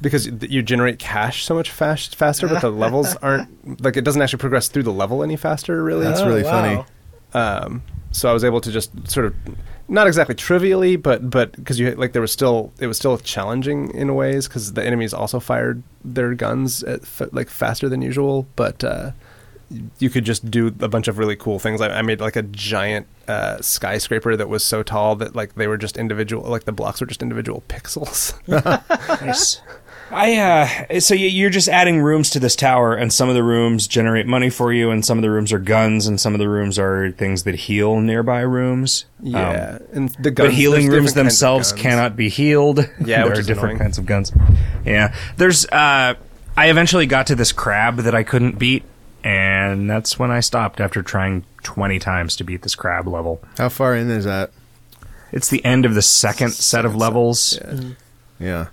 S4: because th- you generate cash so much fast, faster, but the levels aren't like it doesn't actually progress through the level any faster. Really,
S3: That's
S2: Oh,
S3: really
S2: wow.
S3: funny.
S4: Um, so I was able to just sort of not exactly trivially, but but because you like there was still it was still challenging in ways because the enemies also fired their guns at f- like faster than usual, but. Uh, you could just do a bunch of really cool things. I, I made like a giant uh, skyscraper that was so tall that like they were just individual, like the blocks were just individual pixels.
S1: Nice. I uh, so you- you're just adding rooms to this tower, and some of the rooms generate money for you, and some of the rooms are guns, and some of the rooms are things that heal nearby rooms. Um,
S4: yeah, and the guns,
S1: but healing rooms
S4: there's different kinds of
S1: themselves
S4: guns.
S1: cannot be healed.
S4: Yeah,
S1: there
S4: which
S1: are
S4: is
S1: different
S4: annoying.
S1: kinds of guns. Yeah, there's. Uh, I eventually got to this crab that I couldn't beat, and that's when I stopped after trying twenty times to beat this crab level.
S3: How far in is that?
S1: It's the end of the second set of levels.
S3: Yeah.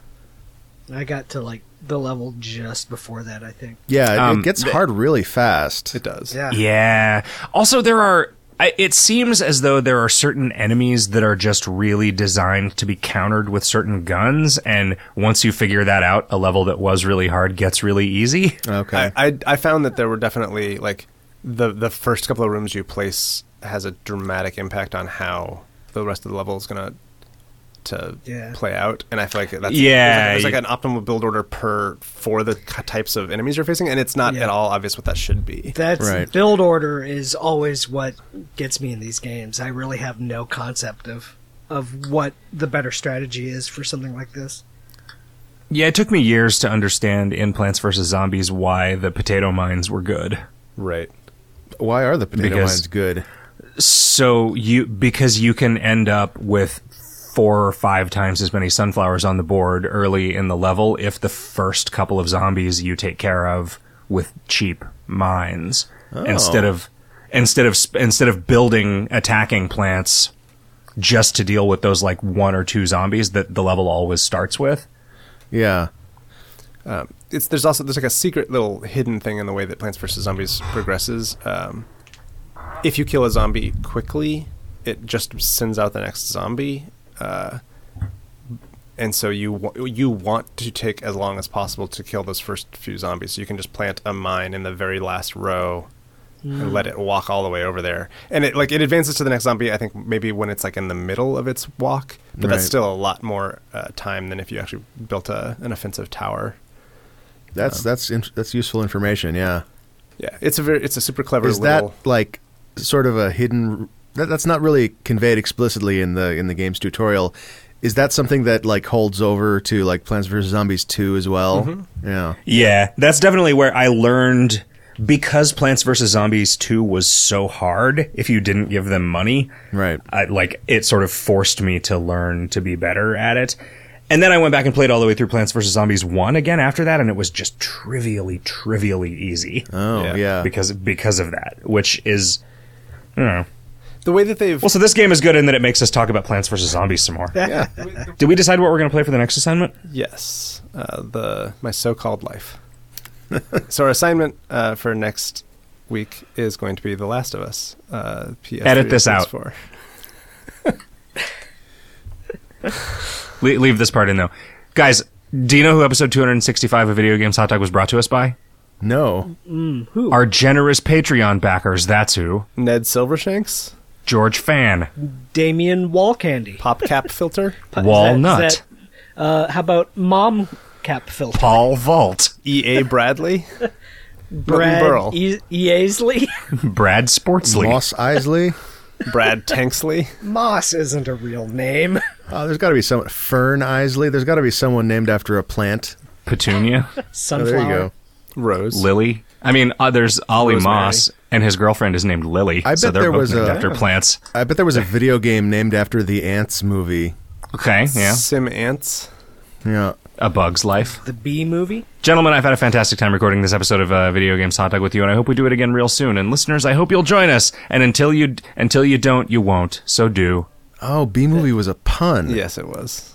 S2: I got to like the level just before that, I think.
S3: Yeah, it,
S1: Um,
S3: it gets
S1: the-
S3: hard really fast.
S4: It does.
S2: Yeah.
S1: Yeah. Also, there are. I- It seems as though there are certain enemies that are just really designed to be countered with certain guns, and once you figure that out, a level that was really hard gets really easy.
S3: Okay.
S4: I, I I found that there were definitely like the the first couple of rooms you place has a dramatic impact on how the rest of the level is gonna to
S2: Yeah.
S4: play out, and I feel like that's there's
S1: Yeah,
S4: like- there's like,
S1: you-
S4: an optimal build order per for the k- types of enemies you're facing, and it's not
S2: Yeah.
S4: at all obvious what that should be.
S2: That's
S3: Right.
S2: build order is always what gets me in these games. I really have no concept of of what the better strategy is for something like this.
S1: Yeah, it took me years to understand in Plants vs. Zombies why the potato mines were good.
S4: right.
S3: Why are the potato
S1: Because-
S3: mines good?
S1: So you because you can end up with four or five times as many sunflowers on the board early in the level if the first couple of zombies you take care of with cheap mines instead of instead of sp- instead of building attacking plants just to deal with those like one or two zombies that the level always starts with.
S3: Yeah.
S4: it's there's also there's like a secret little hidden thing in the way that Plants vs Zombies progresses. Um, if you kill a zombie quickly, it just sends out the next zombie, uh, and so you wa- you want to take as long as possible to kill those first few zombies. So you can just plant a mine in the very last row. And let it walk all the way over there, and it like it advances to the next zombie. I think maybe when it's like in the middle of its walk, but that's
S3: Right.
S4: still a lot more uh, time than if you actually built a, an offensive tower.
S3: That's that's in, that's useful information. Yeah.
S4: Yeah, it's a very, it's a super clever
S3: Is that
S4: little.
S3: like sort of a hidden? That, that's not really conveyed explicitly in the in the game's tutorial. Is that something that like holds over to like Plants vs Zombies two as well? Yeah.
S1: Yeah, that's definitely where I learned because Plants vs Zombies 2 was so hard if you didn't give them money.
S3: Right.
S1: I, like it sort of forced me to learn to be better at it. And then I went back and played all the way through Plants vs Zombies 1 again after that and it was just trivially trivially easy
S3: Oh
S4: Yeah,
S3: yeah.
S1: because because of that, which is you know.
S4: the way that they've
S1: Well, so this game is good in that it makes us talk about Plants vs Zombies some more.
S3: yeah.
S1: Did we decide what we're going to play for the next assignment?
S4: yes, uh, the my so-called life. so our assignment uh, for next week is going to be The Last of Us. Uh, PS3
S1: Edit this
S4: and
S1: out.
S4: PS4.
S1: Le- leave this part in though. Guys, do you know who episode 265 of Video Games Hot Dog was brought to us by?
S3: No.
S1: Our generous Patreon backers, that's who.
S4: Ned Silvershanks
S1: George Fan,
S2: Damien Wallcandy.
S4: pop cap filter.
S2: Is
S1: Walnut.
S2: that- is that- uh, how about mom cap filter?
S1: Paul Vault,
S4: E. A. Bradley. Milton Berle.
S2: Brad e- Easley.
S1: Brad Sportsley,
S3: Moss Isley.
S4: Brad Tanksley.
S2: Moss isn't a real name.
S3: Oh, there's got to be some Fern Isley. There's got to be someone named after a plant.
S1: Petunia,
S3: Oh,
S2: Sunflower.
S3: there you go.
S4: Rose.
S1: Lily. I mean, uh, there's Ollie
S4: Rosemary.
S1: Moss, and his girlfriend is named Lily.
S3: I
S1: so
S3: bet
S1: they're
S3: there
S1: both
S3: was
S1: named
S3: a-
S1: after plants.
S3: I bet there was a video game named after the Ants movie.
S1: Okay, yeah,
S4: Sim Ants.
S3: Yeah.
S1: a bug's life.
S2: The B movie.
S1: Gentlemen, I've had a fantastic time recording this episode of uh, Video Games Hot Dog with you, and I hope we do it again real soon. And listeners, I hope you'll join us. And until you until you don't, you won't. So do.
S3: Oh, B movie was a pun.
S4: Yes, it was.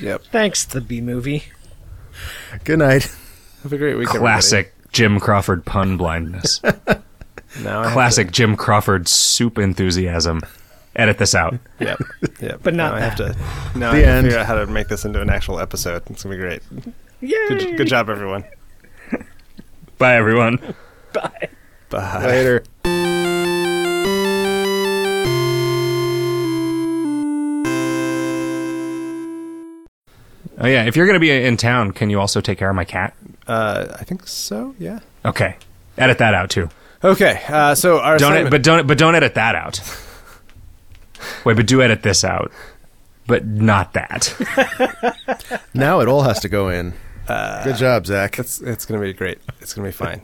S4: yep.
S2: Thanks, the B movie.
S3: Good night.
S4: Have a great week. everybody.
S1: Classic Jim Crawford pun blindness.
S4: Now I have to-
S1: Classic Jim Crawford soup enthusiasm. edit this out.
S4: Yep. Yep.
S2: But not
S4: now I have to. Now
S3: The
S4: I have
S3: end.
S4: to figure out how to make this into an actual episode. It's gonna be great. Good, good job, everyone.
S1: Bye, everyone.
S4: Bye.
S3: Later.
S1: Oh yeah, if you're gonna be in town, can you also take care of my cat?
S4: Uh, I think so. Yeah.
S1: Okay, edit that out too.
S4: Okay. Uh, so our
S1: Don't e-
S4: assignment-
S1: but don't but don't edit that out. Wait, but do edit this out, but not that.
S3: Now it all has to go in. Good job, Zach.
S4: it's it's gonna be great. It's gonna be fine.